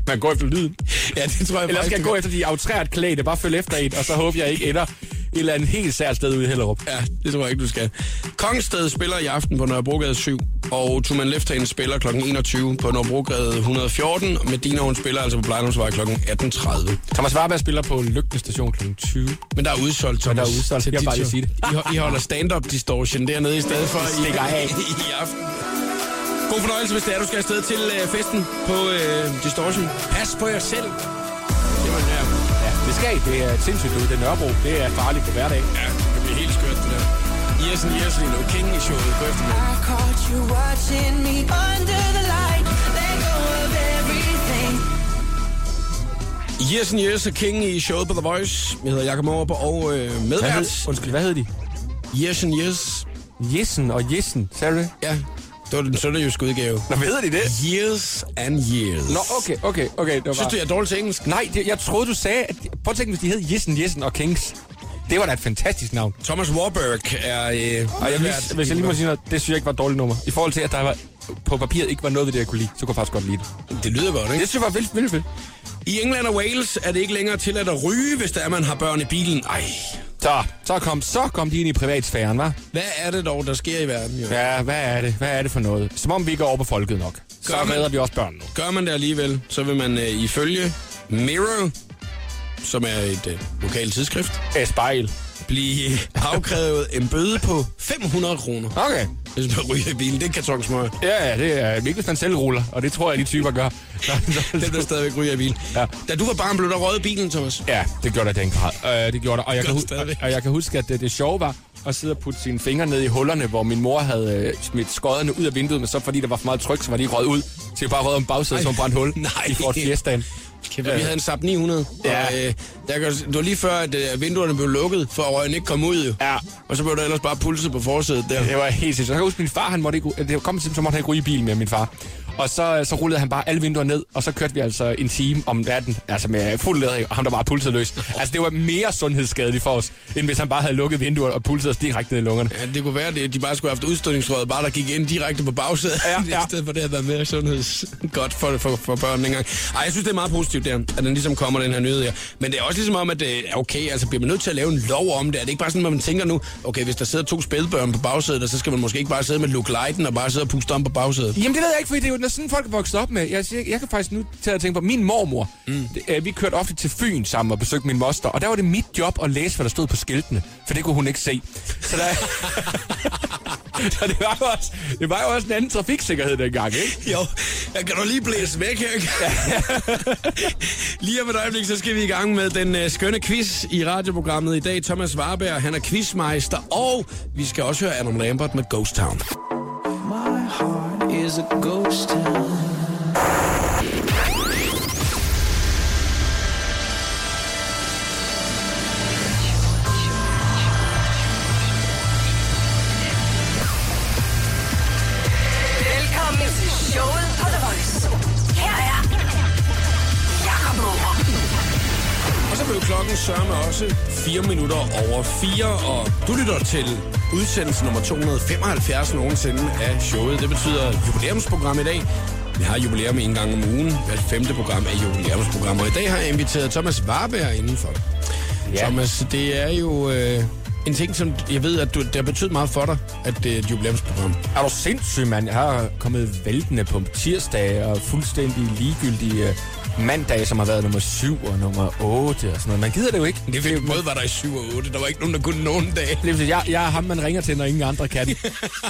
Speaker 2: Man går efter lyden.
Speaker 1: Ja, det tror jeg
Speaker 2: Eller
Speaker 1: faktisk,
Speaker 2: skal
Speaker 1: det
Speaker 2: jeg gå
Speaker 1: gør.
Speaker 2: efter de autrært klæde, bare følge efter en, og så håber jeg ikke ender et eller andet helt sært sted ude i Hellerup.
Speaker 1: Ja, det tror jeg ikke, du skal. Kongsted spiller i aften på Nørrebrogade 7, og Tuman Lefthagen spiller kl. 21 på Nørrebrogade 114, og Medina hun spiller altså på Blejdomsvej kl. 18.30.
Speaker 2: Thomas Warberg spiller på Lygten station kl. 20.
Speaker 1: Men der er udsolgt, Thomas.
Speaker 2: der er udsolgt.
Speaker 1: til
Speaker 2: Jeg vil
Speaker 1: dit
Speaker 2: bare lige
Speaker 1: show.
Speaker 2: sige det.
Speaker 1: I, ho- I holder stand-up distortion dernede i stedet for i,
Speaker 2: Stikker af.
Speaker 1: i aften. God fornøjelse, hvis det er, du skal afsted til øh, festen på øh, Distortion. Pas på jer selv. Det var der.
Speaker 2: Ja, det skal I. Det er et sindssygt ud. Det er Nørrebro. Det er farligt på hverdag.
Speaker 1: Ja, det bliver helt skørt, det der. Yes and yes, Lilo. King i showet på eftermiddag.
Speaker 5: I caught you watching me under the light. Let go of everything.
Speaker 1: Yes and yes og King i showet på The Voice. Jeg hedder Jakob Morup og øh,
Speaker 2: Hvad hed,
Speaker 1: medvært.
Speaker 2: undskyld, hvad hed de?
Speaker 1: Yes and yes.
Speaker 2: Jessen og Jessen. Sagde du det?
Speaker 1: Ja, det var den sønderjyske udgave.
Speaker 2: Nå, ved de det?
Speaker 1: Years and years.
Speaker 2: Nå, okay, okay, okay. Det var
Speaker 1: Synes du,
Speaker 2: bare...
Speaker 1: jeg er dårlig til engelsk?
Speaker 2: Nej, det, jeg troede, du sagde... At... Prøv at tænke, hvis de hed Jessen, Jessen og Kings. Det var da et fantastisk navn.
Speaker 1: Thomas Warburg er... Øh,
Speaker 2: Og jeg lige, hvis jeg lige må sige noget, det synes jeg ikke var et dårligt nummer. I forhold til, at der var, på papiret ikke var noget ved det, jeg kunne lide, så kunne jeg faktisk godt lide det.
Speaker 1: Det lyder godt, ikke?
Speaker 2: Det synes jeg var vildt, vildt fedt.
Speaker 1: I England og Wales er det ikke længere tilladt at ryge, hvis der er, man har børn i bilen. Ej,
Speaker 2: Så, så kom, så kom de ind i privatsfæren, hva'?
Speaker 1: hvad er det dog, der sker i verden? Jo?
Speaker 2: Ja, hvad er det? Hvad er det for noget? Som om vi ikke er over på folket nok. Så
Speaker 1: Gør man-
Speaker 2: redder vi også børn nu.
Speaker 1: Gør man det alligevel, så vil man øh, ifølge Mirror, som er et øh, lokalt tidsskrift,
Speaker 2: Et spejl.
Speaker 1: blive <laughs> afkrævet en bøde på 500 kroner,
Speaker 2: Okay.
Speaker 1: hvis man ryger i bilen. Det er en karton smøg.
Speaker 2: Ja, ja, det er ikke, hvis man selv ruller, og det tror jeg, de typer gør.
Speaker 1: Den der stadigvæk ryger i bilen.
Speaker 2: Ja.
Speaker 1: Da du var barn, blev der røget i bilen, Thomas.
Speaker 2: Ja, det gjorde der i den grad. Øh, det gjorde der. Og jeg,
Speaker 1: Gør det
Speaker 2: kan, hu- og,
Speaker 1: stadigvæk.
Speaker 2: og jeg kan huske, at øh, det, det sjove var at sidde og putte sine fingre ned i hullerne, hvor min mor havde øh, smidt skodderne ud af vinduet, men så fordi der var for meget tryk, så var de røget ud. Så jeg bare røget om bagsædet,
Speaker 1: Ej,
Speaker 2: som brændt hul
Speaker 1: nej.
Speaker 2: i Ford Fiesta'en.
Speaker 1: Kæft, vi havde en Saab 900.
Speaker 2: Ja.
Speaker 1: Og, øh, der, kan- det var lige før, at øh, vinduerne blev lukket, for at røgen ikke kom ud. Jo.
Speaker 2: Ja.
Speaker 1: Og så blev der ellers bare pulset på forsædet der.
Speaker 2: Det var helt sindssygt. Jeg kan huske, min far, han måtte ikke, det kom simpelthen, så måtte han ikke ryge i bilen med min far. Og så, så rullede han bare alle vinduer ned, og så kørte vi altså en time om natten, altså med fuld leder, og ham der bare pulsede løs. Altså det var mere sundhedsskadeligt for os, end hvis han bare havde lukket vinduer og pulset os direkte ned i lungerne.
Speaker 1: Ja, det kunne være, at de bare skulle have haft udstødningsrøret, bare der gik ind direkte på bagsædet,
Speaker 2: Ja, ja.
Speaker 1: <laughs> i stedet for det at være mere sundhedsgodt for, for, for børn dengang. Ej, jeg synes, det er meget positivt, der, at den ligesom kommer, den her nyhed her. Men det er også ligesom om, at det er okay, altså bliver man nødt til at lave en lov om det. Er det ikke bare sådan, at man tænker nu, okay, hvis der sidder to spædbørn på bagsædet, og så skal man måske ikke bare sidde med Luke Leiden og bare sidde og puste om på bagsædet.
Speaker 2: Jamen det ved jeg ikke, fordi det er jo når sådan, folk er vokset op med. Jeg, siger- jeg kan faktisk nu til at tænke på, min mormor, mm. det, øh, vi kørte ofte til Fyn sammen og besøgte min moster, og der var det mit job at læse, hvad der stod på skiltene, for det kunne hun ikke se. Så, der, <laughs> så det, var jo også, det var jo også en anden trafiksikkerhed dengang, ikke?
Speaker 1: Jo, jeg kan du lige blæse væk her. lige om et øjeblik, så skal vi i gang med den øh, skønne quiz i radioprogrammet i dag. Thomas Warberg, han er quizmeister, og vi skal også høre Adam Lambert med Ghost Town.
Speaker 6: My heart is a ghost town.
Speaker 3: Velkommen til showet på The Voice. Her er Jakob Morup.
Speaker 1: Og så blev klokken sørme også 4 minutter over 4, og du lytter til udsendelse nummer 275 nogensinde af showet. Det betyder jubilæumsprogram i dag. Vi har jubilæum en gang om ugen. Hvert femte program er jubilæumsprogram, og i dag har jeg inviteret Thomas Warberg indenfor. Ja. Thomas, det er jo øh, en ting, som jeg ved, at du, det har betydet meget for dig, at det er et jubilæumsprogram.
Speaker 2: Er du sindssyg, mand? Jeg har kommet væltende på tirsdag og fuldstændig ligegyldige øh, mandage, som har været nummer 7 og nummer 8 og sådan noget. Man gider det jo ikke.
Speaker 1: Det fik både var der i 7 og 8. Der var ikke nogen, der kunne nogen dag.
Speaker 2: Det vil sige, jeg, jeg er ham, man ringer til, når ingen andre kan. <laughs>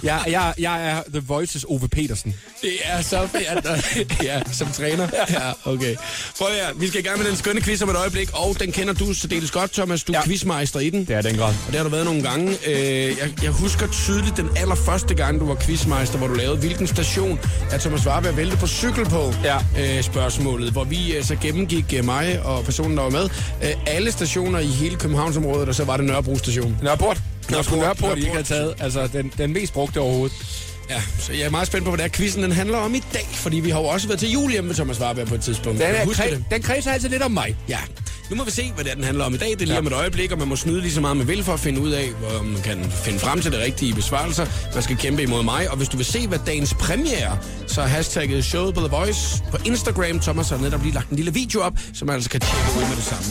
Speaker 2: Jeg, jeg, jeg er The Voices Ove Petersen.
Speaker 1: Det er så fedt. <laughs> ja, som træner. Ja, okay. Prøv her. Vi skal i gang med den skønne quiz om et øjeblik, og den kender du særdeles godt, Thomas. Du er ja.
Speaker 2: Ja.
Speaker 1: quizmeister i den.
Speaker 2: er den grad.
Speaker 1: Og det har du været nogle gange. Øh, jeg, jeg husker tydeligt den allerførste gang, du var quizmeister, hvor du lavede, hvilken station er Thomas Warberg vælte på cykel på?
Speaker 2: Ja.
Speaker 1: Øh, spørgsmålet, hvor vi øh, så gennemgik øh, mig og personen, der var med, øh, alle stationer i hele Københavnsområdet, og så var det Nørrebro station.
Speaker 2: Nørreport. Når skulle
Speaker 1: Nørreport,
Speaker 2: Nørreport, I ikke
Speaker 1: Nørreport.
Speaker 2: have taget. Altså, den, den mest brugte overhovedet.
Speaker 1: Ja, så jeg er meget spændt på, hvad det er, quizzen den handler om i dag, fordi vi har jo også været til jul hjemme med Thomas Warberg på et tidspunkt.
Speaker 2: Den,
Speaker 1: Kan
Speaker 2: er,
Speaker 1: du huske det?
Speaker 2: kre- den kredser altid lidt om mig.
Speaker 1: Ja, nu må vi se, hvad det er, den handler om i dag. Det er lige ja. om et øjeblik, og man må snyde lige så meget, man vil for at finde ud af, hvor man kan finde frem til det rigtige i besvarelser. Man skal kæmpe imod mig, og hvis du vil se, hvad dagens premiere er, så er hashtagget showet på The Voice på Instagram. Thomas har netop lige lagt en lille video op, som man altså kan tjekke ud med det samme.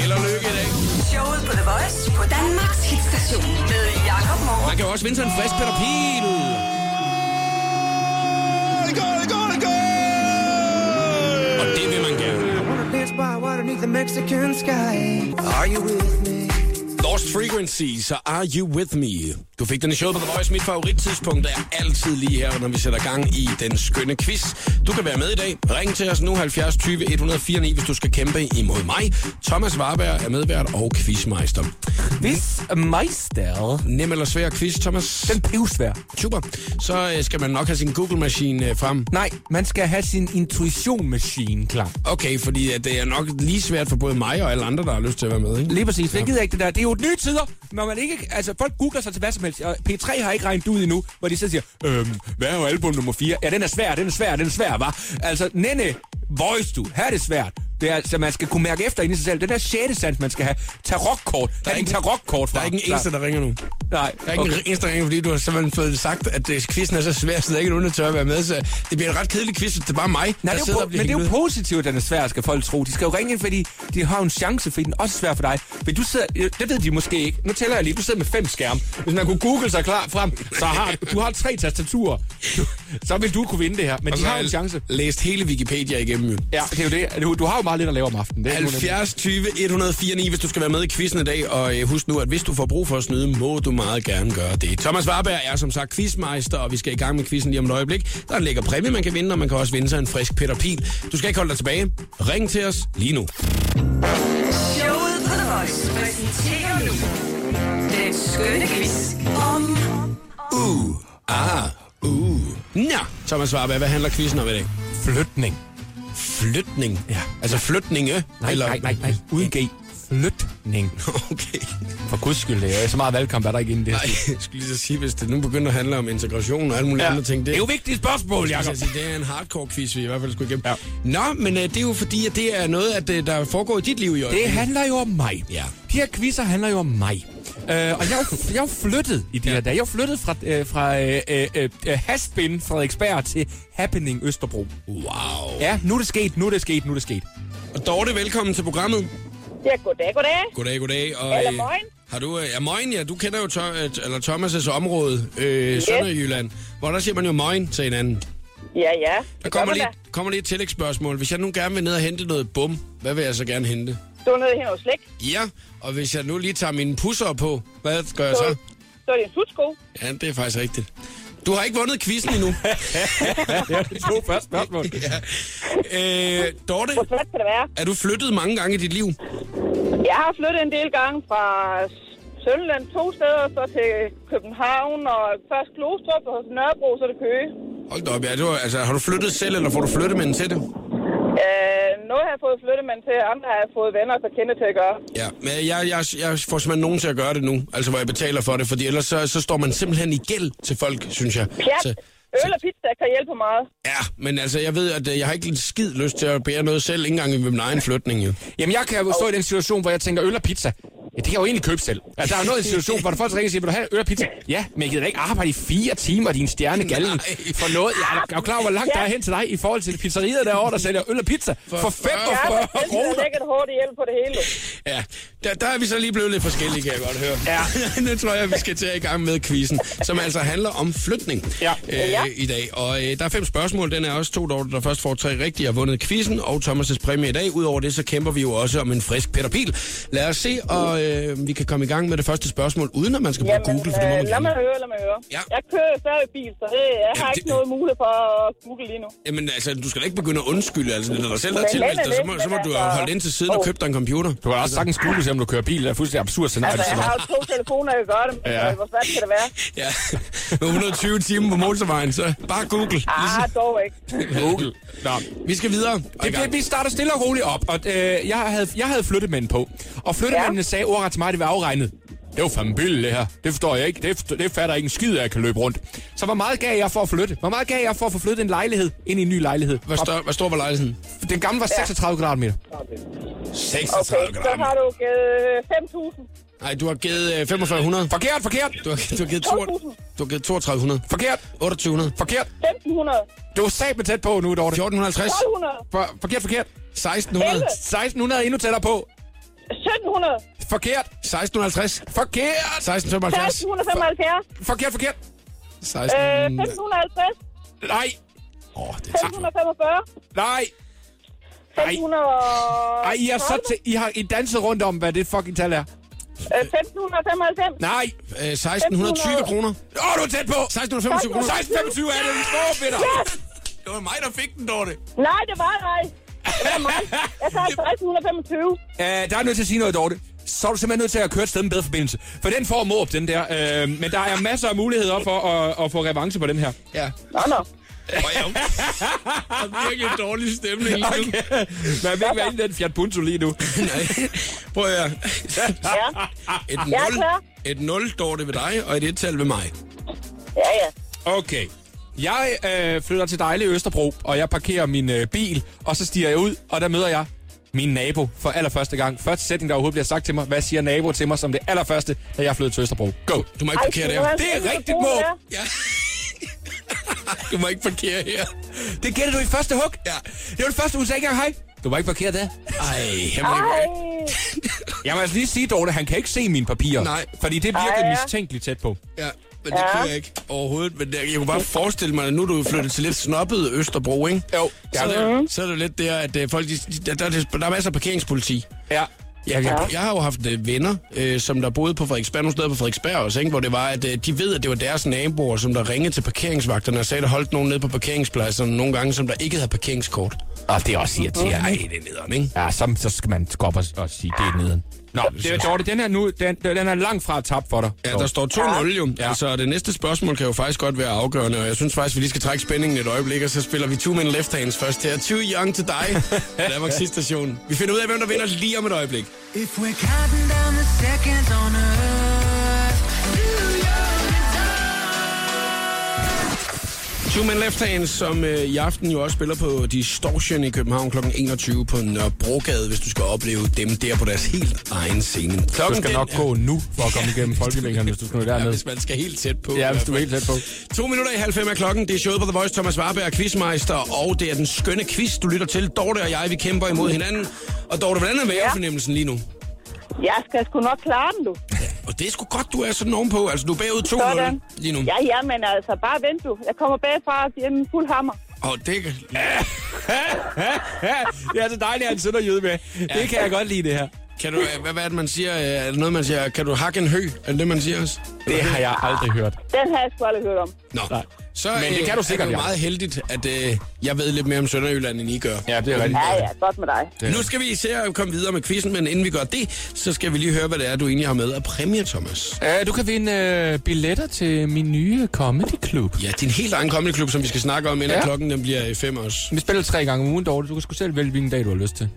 Speaker 1: Held og lykke i dag.
Speaker 3: Showet på The Voice på Danmarks hitstation med Jakob Morup.
Speaker 1: Man kan jo også vinde sig en frisk Peter Pil. Og det vil man gerne.
Speaker 6: I wanna dance by water beneath the Mexican sky. Are you with me?
Speaker 1: Lost Frequency, så Are You With Me? Du fik den i showet på The Voice. Mit favorittidspunkt er altid lige her, når vi sætter gang i den skønne quiz. Du kan være med i dag. Ring til os nu 70 20 104 9, hvis du skal kæmpe imod mig. Thomas Warberg er medvært og quizmeister.
Speaker 2: Hvis Meister.
Speaker 1: Nem eller svær quiz, Thomas?
Speaker 2: Den pivsvær.
Speaker 1: Super. Så øh, skal man nok have sin Google-maskine øh, frem.
Speaker 2: Nej, man skal have sin intuition-maskine klar.
Speaker 1: Okay, fordi øh, det er nok lige svært for både mig og alle andre, der har lyst til at være med, ikke?
Speaker 2: Lige præcis. Jeg gider ikke det der. Det er jo nye tider, når man ikke... Altså, folk googler sig til hvad som helst. Og P3 har ikke regnet ud endnu, hvor de så siger, øhm, hvad er jo album nummer 4? Ja, den er svær, den er svær, den er svær, var. Altså, nene, voice du. Her er det svært. Det er, altså, man skal kunne mærke efter ind i sig selv. Den der sjette sans, man skal have. Tarotkort. Der er, en
Speaker 1: ikke-
Speaker 2: tarotkort fra.
Speaker 1: Der er ikke en eneste, der ringer nu.
Speaker 2: Nej.
Speaker 1: Der er ikke okay. en eneste ring, fordi du har simpelthen fået sagt, at øh, quizzen er så svær, så der er ikke nogen, der tør at være med. Så det bliver en ret kedelig quiz, hvis det er bare mig,
Speaker 2: Nej,
Speaker 1: der
Speaker 2: det er
Speaker 1: sidder
Speaker 2: jo,
Speaker 1: og
Speaker 2: po- men
Speaker 1: bliver
Speaker 2: det er jo
Speaker 1: hængt ud.
Speaker 2: positivt, at den er svær, skal folk tro. De skal jo ringe ind, fordi de har jo en chance, fordi den også er svær for dig. Men du sidder, øh, det ved de måske ikke. Nu tæller jeg lige, du sidder med fem skærme. Hvis man kunne google sig klar frem, så har du har tre tastaturer. Du, så vil du kunne vinde det her. Men
Speaker 1: Og
Speaker 2: de
Speaker 1: så
Speaker 2: har jo en chance.
Speaker 1: læst hele Wikipedia igennem. jo.
Speaker 2: Ja, det er jo det. Du, du har jo meget lidt at lave om aftenen. Det er jo nemlig-
Speaker 1: 70 20 104 9, hvis du skal være med i quizzen i dag. Og øh, husk nu, at hvis du får brug for at snyde, må du meget gerne gøre det. Thomas Warberg er som sagt quizmeister, og vi skal i gang med quizzen lige om et øjeblik. Der er en lækker præmie, man kan vinde, og man kan også vinde sig en frisk Peter Pil. Du skal ikke holde dig tilbage. Ring til os lige nu.
Speaker 3: Showet på The Voice præsenterer nu den skønne quiz om
Speaker 1: Uh, ah, uh. Nå, Thomas Warberg, hvad handler quizzen om i dag?
Speaker 2: Flytning.
Speaker 1: Flytning. Ja. Altså flytninge?
Speaker 2: Nej, nej, nej, nej. Uden G. Flytning.
Speaker 1: <laughs> Okay.
Speaker 2: For guds skyld, det er jo så meget valgkamp, er der ikke inde i det. her.
Speaker 1: Nej, jeg skulle lige så sige, hvis det nu begynder at handle om integration og alle mulige ja. andre ting.
Speaker 2: Det er jo vigtige spørgsmål, Jacob.
Speaker 1: Jeg sige, altså, det er en hardcore quiz, vi i hvert fald skulle igennem. Ja. Nå, men øh, det er jo fordi, at det er noget, at, øh, der foregår i dit liv i
Speaker 2: Det
Speaker 1: øjeblikket.
Speaker 2: handler jo om mig.
Speaker 1: Ja.
Speaker 2: De her quizzer handler jo om mig. Øh, og jeg er jo- jeg er jo flyttet i de her dage. Jeg er flyttet fra, øh, fra øh, øh, øh, Haspin, Frederiksberg, til Happening Østerbro.
Speaker 1: Wow.
Speaker 2: Ja, nu er det sket, nu er det sket, nu er det sket.
Speaker 1: Og Dorte, velkommen til programmet.
Speaker 7: Ja, goddag, goddag.
Speaker 1: Goddag, goddag. Og,
Speaker 7: Eller
Speaker 1: øh,
Speaker 7: morgen.
Speaker 1: Har du, øh, ja, morgen, ja. Du kender jo Tho- øh, eller Thomas' område, øh, Sønderjylland, hvor der siger man jo morgen til hinanden.
Speaker 7: Ja, ja.
Speaker 1: Der
Speaker 7: det
Speaker 1: kommer
Speaker 7: gør man
Speaker 1: lige,
Speaker 7: da.
Speaker 1: kommer lige et tillægsspørgsmål. Hvis jeg nu gerne vil ned og hente noget bum, hvad vil jeg så gerne hente?
Speaker 7: Du er nede hen hos slægt.
Speaker 1: Ja, og hvis jeg nu lige tager mine pusser på, hvad gør jeg så?
Speaker 7: Så er det en sutsko.
Speaker 1: Ja, det er faktisk rigtigt. Du har ikke vundet quizzen
Speaker 7: <laughs>
Speaker 1: endnu.
Speaker 2: To første spørgsmål.
Speaker 1: øh, Dorte,
Speaker 7: Hvor svært kan det være?
Speaker 1: er du flyttet mange gange i dit liv?
Speaker 7: Jeg har flyttet en del gange fra Sønderland to steder, så til København, og først Klostrup, og så Nørrebro, så til Køge.
Speaker 1: Hold da op, ja, du, altså, har du flyttet selv, eller får du flyttemænd til det?
Speaker 7: Øh, noget har jeg fået flyttet, men til andre har jeg fået venner, så kender til at gøre.
Speaker 1: Ja, men jeg, jeg, jeg får simpelthen nogen til at gøre det nu, altså hvor jeg betaler for det, fordi ellers så, så står man simpelthen i gæld til folk, synes jeg.
Speaker 7: Pjat,
Speaker 1: Så,
Speaker 7: øl og pizza kan hjælpe meget.
Speaker 1: ja, men altså, jeg ved, at øh, jeg har ikke en skid lyst til at bære noget selv, ikke engang ved min egen flytning, jo.
Speaker 2: Jamen, jeg kan jo stå i den situation, hvor jeg tænker, øl og pizza, ja, det kan jeg jo egentlig købe selv. Altså, der er jo noget i en situation, hvor der folk ringer og siger, vil du have øl og pizza? Ja, men jeg gider da ikke arbejde i fire timer, din stjerne gallen,
Speaker 1: Nej.
Speaker 2: for noget. Jeg er jo klar over, hvor langt der er hen til dig i forhold til pizzeriet derovre, der sælger øl og pizza for
Speaker 7: Jeg har
Speaker 2: 45
Speaker 7: da
Speaker 2: kroner.
Speaker 7: lægger det hårdt i hjælp på det hele.
Speaker 1: Ja, der, der er vi så lige blevet lidt forskellige, kan jeg godt høre. Ja. <laughs> nu tror jeg, vi skal til at i gang med quizzen, som altså handler om flytning
Speaker 2: Ja.
Speaker 1: øh, i dag. Og øh, der er fem spørgsmål. Den er også to dårlige, der først får tre rigtige og har vundet quizzen og Thomas' præmie i dag. Udover det, så kæmper vi jo også om en frisk Peter Pil. Lad os se, og øh, vi kan komme i gang med det første spørgsmål, uden at man skal bruge Google, for det må man
Speaker 7: øh, lad mig
Speaker 1: gerne.
Speaker 7: høre, lad mig høre.
Speaker 1: Ja.
Speaker 7: Jeg kører stadig bil, så det, jeg har
Speaker 1: Jamen,
Speaker 7: ikke
Speaker 1: det-
Speaker 7: noget mulighed for at google lige nu.
Speaker 1: Jamen altså, du skal da ikke begynde at undskylde. Altså, når du selv har
Speaker 7: Men
Speaker 1: tilmeldt
Speaker 7: nej,
Speaker 1: dig,
Speaker 7: nej,
Speaker 1: så må, så må
Speaker 7: men
Speaker 1: du jo
Speaker 7: altså-
Speaker 1: holde ind til siden og købe dig en computer.
Speaker 2: Du kan også sagtens skulle, selvom du kører bil. Det er fuldstændig absurd scenarie.
Speaker 7: Altså, jeg har jo to telefoner, jeg gør det, men
Speaker 2: Ja.
Speaker 7: ja. hvor svært kan det være?
Speaker 1: Ja, <laughs> med 120 timer på motorvejen, så bare Google.
Speaker 7: Ah, dog ikke.
Speaker 2: Google. Nå.
Speaker 1: Vi skal videre. Og i
Speaker 2: Det,
Speaker 1: gang.
Speaker 2: det, vi starter stille og roligt op, og øh, jeg, havde, jeg havde flyttemænd på. Og flyttemændene ja.
Speaker 7: Ja.
Speaker 2: sagde ordret til mig, at det var afregnet. Det var fandme billigt, det her. Det forstår jeg ikke. Det, forstår- det fatter ikke en skid, at jeg kan løbe rundt. Så hvor meget gav jeg for at flytte? Hvor meget gav jeg for at få flyttet en lejlighed ind i en ny lejlighed?
Speaker 1: Hvor, stør, hvor stor var lejligheden?
Speaker 2: Og Den gamle var 36 kvadratmeter.
Speaker 1: 36
Speaker 7: Okay, så har du givet 5.000.
Speaker 1: Nej, du har givet øh, 4500. Fuck.
Speaker 2: Forkert, forkert,
Speaker 1: Du har, du har givet, to,
Speaker 7: 2000.
Speaker 1: du har givet 3200. Fuck.
Speaker 2: forkert,
Speaker 1: 2800. Fuck.
Speaker 2: forkert.
Speaker 7: 1.500.
Speaker 2: Du er sabelt tæt på nu, Dorte.
Speaker 1: 1450.
Speaker 7: 1.200.
Speaker 2: For, forkert, forkert.
Speaker 1: 1600.
Speaker 2: 1600 endnu tættere på.
Speaker 7: 1.700.
Speaker 2: Forkert,
Speaker 1: 1650.
Speaker 2: forkert,
Speaker 1: 1675.
Speaker 7: 1.675.
Speaker 2: forkert, forkert.
Speaker 1: 16...
Speaker 7: Øh, 1.550.
Speaker 2: Nej,
Speaker 1: Åh, det er
Speaker 7: 545.
Speaker 2: nej. Ej.
Speaker 7: 500 og...
Speaker 2: Ej, I, er så til, I har I danset rundt om, hvad det fucking tal er.
Speaker 7: Øh, 1.595.
Speaker 2: Nej.
Speaker 1: øh, 1620 kroner.
Speaker 2: Åh, oh, du er tæt på.
Speaker 1: 1625 kroner.
Speaker 2: 1625 er det. Stå ved dig.
Speaker 1: Det var mig, der fik den, Dorte.
Speaker 7: Nej, det var dig. Jeg <laughs> sagde 1.325.
Speaker 2: Uh, der er nødt til at sige noget, Dorte. Så er du simpelthen nødt til at køre et sted med bedre forbindelse. For den får Måb, den der. Uh, men der er masser af muligheder for at, at få revanche på den her. <laughs>
Speaker 1: Ja.
Speaker 7: Nå, nå.
Speaker 1: Og jeg jeg har virkelig dårlig stemning lige nu.
Speaker 2: Okay. Man vil ikke være inde i den Fiat Punto lige nu.
Speaker 1: <laughs> Nej. Prøv at høre.
Speaker 7: Ja,
Speaker 1: Et
Speaker 7: Jeg er
Speaker 1: 0,
Speaker 7: klar.
Speaker 1: et 0, Dorte, ved dig, og et 1-tal ved mig.
Speaker 7: ja, ja.
Speaker 2: Okay. Jeg øh, flytter til dejlige Østerbro, og jeg parkerer min øh, bil, og så stiger jeg ud, og der møder jeg min nabo for allerførste gang. Første sætning, der overhovedet bliver sagt til mig, hvad siger nabo til mig som det allerførste, da jeg flytter til Østerbro? Go!
Speaker 1: Du må ikke parkere
Speaker 7: skulle
Speaker 1: der.
Speaker 7: du have
Speaker 2: Det er
Speaker 7: en telefon
Speaker 2: rigtigt, Måb.
Speaker 7: der?
Speaker 2: <laughs>
Speaker 1: Ja. du må ikke parkere her.
Speaker 2: Det gætter du i første hug?
Speaker 1: Ja.
Speaker 2: Det var det første, hun sagde ikke engang hej. Du var ikke parkeret der.
Speaker 1: Ej, jeg må
Speaker 7: Ej,
Speaker 1: ikke.
Speaker 2: Jeg må altså lige sige, Dorte, han kan ikke se mine papirer.
Speaker 1: Nej.
Speaker 2: Fordi det virker
Speaker 7: Ej, ja.
Speaker 2: mistænkeligt tæt på.
Speaker 1: Ja. men det
Speaker 7: Ja.
Speaker 1: kører jeg ikke overhovedet. Men det- jeg kunne bare forestille mig, at nu er du jo flyttet til lidt snobbet Østerbro, ikke?
Speaker 2: Jo.
Speaker 1: Så, er
Speaker 2: Mm-hmm.
Speaker 1: det, så er det jo lidt der, at øh, folk, de, der, der, er- der er masser af parkeringspoliti.
Speaker 2: Ja.
Speaker 1: Jeg, jeg, jeg har jo haft øh, venner, øh, som der boede på Frederiksberg, nogle steder på Frederiksberg også, ikke? hvor det var, at øh, de ved, at det var deres naboer, som der ringede til parkeringsvagterne og sagde, at der holdt nogen nede på parkeringspladserne nogle gange, som der ikke havde parkeringskort.
Speaker 2: Og Ah, det er også irriterende.
Speaker 1: Ej, det er nederen, ikke?
Speaker 2: Ja, så, så skal man gå op og, og sige, det er neden. Nå, det er Dorte, den her nu, den, den er langt fra tabt for dig.
Speaker 1: Ja, der står 2-0 jo. Ja. Altså, det næste spørgsmål kan jo faktisk godt være afgørende, og jeg synes faktisk, vi lige skal trække spændingen et øjeblik, og så spiller vi Two Men Left Hands først her. 20 Young til dig, Danmarks station. Vi finder ud af, hvem der vinder lige om et øjeblik.
Speaker 6: If we're counting down the seconds on earth,
Speaker 1: Two Men Left Hands, som øh, i aften jo også spiller på Distortion i København kl. 21 på Nørrebrogade, hvis du skal opleve dem der på deres helt egen scene.
Speaker 2: Du
Speaker 1: Klokken
Speaker 2: skal
Speaker 1: den
Speaker 2: nok
Speaker 1: er-
Speaker 2: gå nu for at komme igennem folkemængderne, hvis du skal nå
Speaker 1: Ja,
Speaker 2: derned.
Speaker 1: hvis man skal helt tæt på.
Speaker 2: Ja, hvis du er helt tæt på.
Speaker 1: To minutter i halv fem er klokken. Det er showet på The Voice, Thomas Warberg, quizmeister, og det er den skønne quiz, du lytter til. Dorte og jeg, vi kæmper imod
Speaker 7: Mm.
Speaker 1: hinanden. Og Dorte, hvordan er vejrfornemmelsen lige nu?
Speaker 7: Jeg skal sgu nok klare den, du.
Speaker 1: Og det er sgu godt, du er sådan ovenpå. Altså, du er bagud 2-0
Speaker 7: Sådan.
Speaker 1: lige nu.
Speaker 7: Ja, ja, men altså, bare vent, du. Jeg kommer bagfra og siger en fuld hammer.
Speaker 1: Og det kan...
Speaker 2: Ja, det er så dejligt, at han sidder jøde med. Det kan jeg godt lide, det her.
Speaker 1: kan du, hvad, hvad er det, man siger? Øh, Er det noget, man siger? Kan du hakke en hø? Er det det, man siger også?
Speaker 2: Det har jeg aldrig hørt.
Speaker 7: Den har jeg sgu aldrig hørt om.
Speaker 1: Nå.
Speaker 2: Nej.
Speaker 1: Så,
Speaker 2: Men det
Speaker 1: øh,
Speaker 2: kan du sikkert,
Speaker 1: er det jo
Speaker 2: Jacob.
Speaker 1: meget heldigt, at øh, jeg ved lidt mere om Sønderjylland, end I gør.
Speaker 2: Ja, det er rigtigt.
Speaker 7: Ja, ja, godt med dig.
Speaker 1: Nu skal vi se at komme videre med quizzen, men inden vi gør det, så skal vi lige høre, hvad det er, du egentlig har med af præmie, Thomas.
Speaker 2: Uh, du kan vinde uh, billetter til min nye comedy club.
Speaker 1: Ja, din helt egen comedy klub, som vi skal snakke om, inden ja.
Speaker 2: Ja.
Speaker 1: klokken den bliver øh, fem også.
Speaker 2: Vi spiller tre gange om ugen, Dorte. Du kan sgu selv vælge, hvilken dag du har lyst til.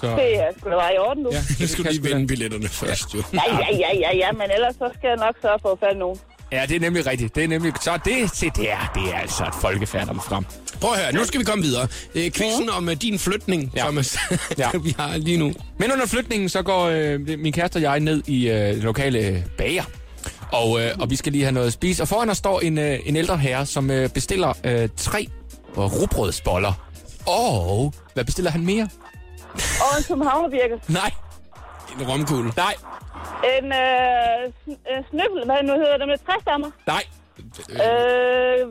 Speaker 2: Så,
Speaker 7: Det er sgu da bare i orden, du.
Speaker 2: ja,
Speaker 7: Ja.
Speaker 1: Nu skal du
Speaker 2: kan
Speaker 1: lige
Speaker 2: sgu da.
Speaker 1: vinde billetterne først, jo.
Speaker 7: Ja, ja, ja, ja, ja, men ellers så skal jeg nok sørge for at falde nogen.
Speaker 2: Ja, det er nemlig rigtigt. Det er nemlig... Så det, se der, det er altså et folkefærd, der er frem.
Speaker 1: Prøv at høre, nu skal vi komme videre. Øh, quizzen om øh, din flytning, ja.
Speaker 2: Ja.
Speaker 1: Thomas, ja.
Speaker 2: Ja.
Speaker 1: <laughs> vi har lige nu.
Speaker 2: Men under flytningen, så går øh, det- min kæreste og jeg ned i øh, den lokale øh, bager. Og, øh, og vi skal lige have noget at spise. Og foran os står en, øh, en ældre herre, som øh, bestiller øh, tre rugbrødsboller. Og hvad bestiller han mere?
Speaker 7: Og en københavnervirke.
Speaker 2: Nej,
Speaker 1: En romkugle.
Speaker 2: nej,
Speaker 7: En, øh, sn- en snøffel, hvad nu hedder det med træstammer.
Speaker 2: nej,
Speaker 7: Øh,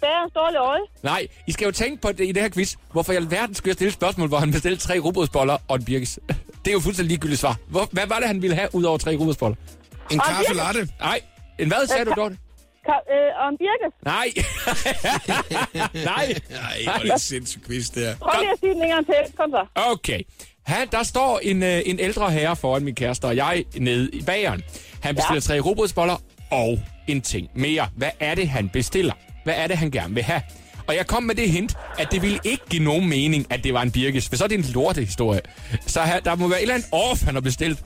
Speaker 7: bærens dårlige øje.
Speaker 2: nej. I skal jo tænke på det i det her quiz. Hvorfor i alverden skulle jeg stille et spørgsmål, hvor han bestilte tre rugbrødsboller og en birkes? <laughs> Det er jo fuldstændig ligegyldigt svar. Hvor, hvad var det, han ville have ud over tre rugbrødsboller?
Speaker 1: En
Speaker 7: Og
Speaker 1: kaffe
Speaker 7: virkelig.
Speaker 1: latte.
Speaker 2: Nej, en hvad sagde du, Dorte?
Speaker 7: Ka- øh, og en birke.
Speaker 2: Nej. <laughs> nej.
Speaker 1: Ej, hvor er det en sindssyg quiz, der.
Speaker 7: Prøv lige at sige den en gang til. Kom så.
Speaker 2: Okay. Han, der står en, øh, en ældre herre foran min kæreste og jeg nede i bageren. Han bestiller ja. tre robotsboller og en ting mere. Hvad er det, han bestiller? Hvad er det, han gerne vil have? Og jeg kom med det hint, at det ville ikke give nogen mening, at det var en birkes, for så er det en lortehistorie. Så her, der må være et eller andet off, han har bestilt.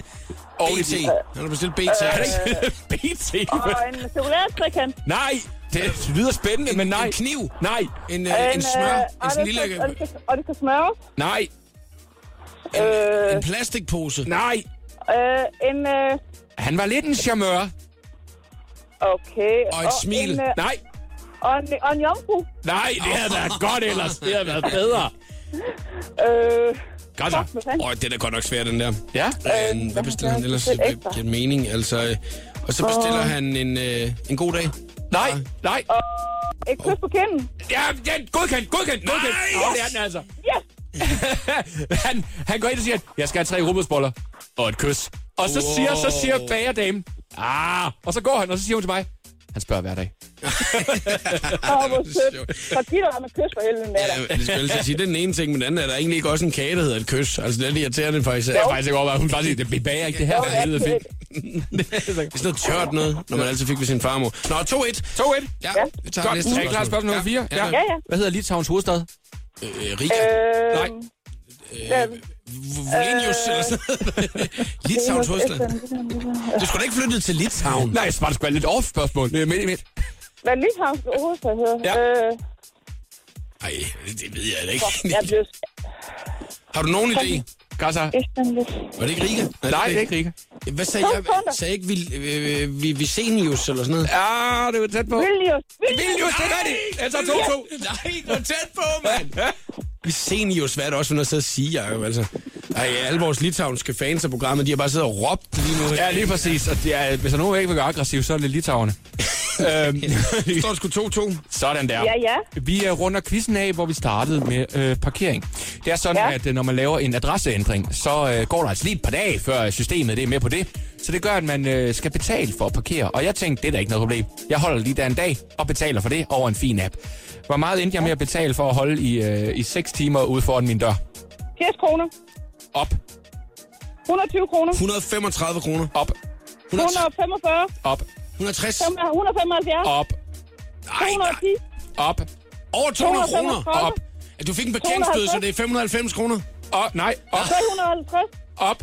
Speaker 2: Og
Speaker 1: BT.
Speaker 2: <laughs> det-
Speaker 1: Han har bestilt BT.
Speaker 7: Øh,
Speaker 2: Er det ikke BT?
Speaker 7: Og en chokoladestrikant.
Speaker 2: Nej, det lyder spændende, men nej.
Speaker 1: En kniv.
Speaker 2: Nej,
Speaker 1: En, øh, en smør.
Speaker 7: øh, og
Speaker 1: En sådan
Speaker 7: det
Speaker 1: lille...
Speaker 7: skal- og det skal- Og det skal smøres.
Speaker 2: nej,
Speaker 7: Øh,
Speaker 1: En plastikpose.
Speaker 2: nej.
Speaker 7: øh, en, øh,
Speaker 2: Han var lidt en charmeur.
Speaker 7: okay.
Speaker 1: Og et smil.
Speaker 7: En, øh,
Speaker 2: Nej,
Speaker 7: og, en, og en jomfru.
Speaker 2: Nej, det havde været godt ellers. Det havde været bedre.
Speaker 7: Øh,
Speaker 2: Godt
Speaker 7: fuck, hvad
Speaker 2: så.
Speaker 7: fanden?
Speaker 1: Åh, den er godt nok svær, den der.
Speaker 2: Ja.
Speaker 1: Øh, hvad bestiller han ellers?
Speaker 7: bestille
Speaker 1: Hvad
Speaker 7: ekstra?
Speaker 1: giver mening? Altså, øh, og så bestiller han en, øh, en god dag.
Speaker 2: Nej, nej.
Speaker 7: Et kys på kinden.
Speaker 2: Ja, ja godkendt, godkendt, godkendt.
Speaker 1: Nej!
Speaker 2: Åh, det er den altså. <laughs>
Speaker 7: Yes!
Speaker 2: han, han går ind og siger, jeg skal have tre rugbrødsboller og et kys. Og så
Speaker 1: Wow.
Speaker 2: siger, så siger bagerdamen, ah, og så går han, og så siger hun til mig, han spørger hver dag.
Speaker 7: Åh,
Speaker 2: <laughs>
Speaker 7: hvor sødt.
Speaker 1: sjovt.
Speaker 7: Så giv dig med kys for helvede med dig.
Speaker 1: Ja, det skal jeg lige sige. Det er den ene ting, men den anden er der egentlig ikke også en kage, der hedder et kys. Altså, det er lidt irriterende faktisk. Det
Speaker 2: Jeg er
Speaker 1: er
Speaker 2: faktisk ikke overvejet, hun bare siger, det bager ikke det her, for helvede fedt.
Speaker 1: sådan noget tørt noget, når man altid fik ved sin farmor. Nå, 2-1.
Speaker 2: 2-1.
Speaker 1: Ja, vi tager
Speaker 2: Godt,
Speaker 1: næste
Speaker 2: er I klar til spørgsmål nummer 4?
Speaker 1: Ja.
Speaker 7: Ja, ja.
Speaker 2: Hvad hedder Litauens hovedstad?
Speaker 1: Øh, Rika.
Speaker 7: Øh,
Speaker 2: Nej.
Speaker 7: øh,
Speaker 1: Volenius eller sådan
Speaker 2: <laughs>
Speaker 1: noget. Litauens hovedstad. Du skulle da ikke flytte til Litauen.
Speaker 2: Nej, jeg var det sgu lidt off spørgsmål. Det er midt i midt.
Speaker 7: Hvad Lithavns hovedstad hedder?
Speaker 2: Ja.
Speaker 7: Øh,
Speaker 1: Nej, det ved jeg da ikke.
Speaker 7: jeg blev
Speaker 1: Har du nogen idé?
Speaker 2: Godt så.
Speaker 7: skændelig.
Speaker 1: Var det ikke Riga?
Speaker 2: Nej, det er ikke Rika.
Speaker 1: Hvad sagde jeg? Sagde jeg ikke vi, øh, vi, Vicenius eller sådan noget?
Speaker 2: Ah, det var tæt på.
Speaker 7: Vilnius.
Speaker 2: Vilnius, det er rigtigt. Altså 2-2.
Speaker 1: Nej, du er tæt på, mand. Vicenius, hvad er det også for noget at sidde og sige, Jacob, altså? Ej, alle vores litauiske fans af programmet, de har bare siddet og råbt lige nu.
Speaker 2: Ja, lige præcis. Og det er, hvis der er nogen, der ikke vil være aggressiv, så er det litauerne. øhm,
Speaker 1: Står det sgu 2-2?
Speaker 2: sådan der.
Speaker 7: Ja, ja.
Speaker 2: Vi er runder quizzen af, hvor vi startede med øh, parkering. Det er sådan, ja.
Speaker 7: Ja.
Speaker 2: at øh, når man laver en adresseændring, så øh, går der altså lige et par dage, før systemet det er med på det. Så det gør, at man øh, skal betale for at parkere. Og jeg tænkte, det er da ikke noget problem. Jeg holder lige der en dag og betaler for det over en fin app. Hvor meget endte jeg med at betale for at holde i, øh, i 6 timer ude foran min dør?
Speaker 7: 80 kroner.
Speaker 2: Op,
Speaker 7: 120 kroner.
Speaker 1: 135 kroner.
Speaker 2: op,
Speaker 7: 145.
Speaker 2: op,
Speaker 1: 160.
Speaker 7: 175.
Speaker 2: op,
Speaker 1: Ej, nej.
Speaker 7: 210.
Speaker 2: op,
Speaker 1: Over 200 kroner.
Speaker 2: op,
Speaker 7: 235.
Speaker 1: Du fik en parkeringsbøde, så det er 590 kroner.
Speaker 2: op, nej, op,
Speaker 7: 350.
Speaker 2: op.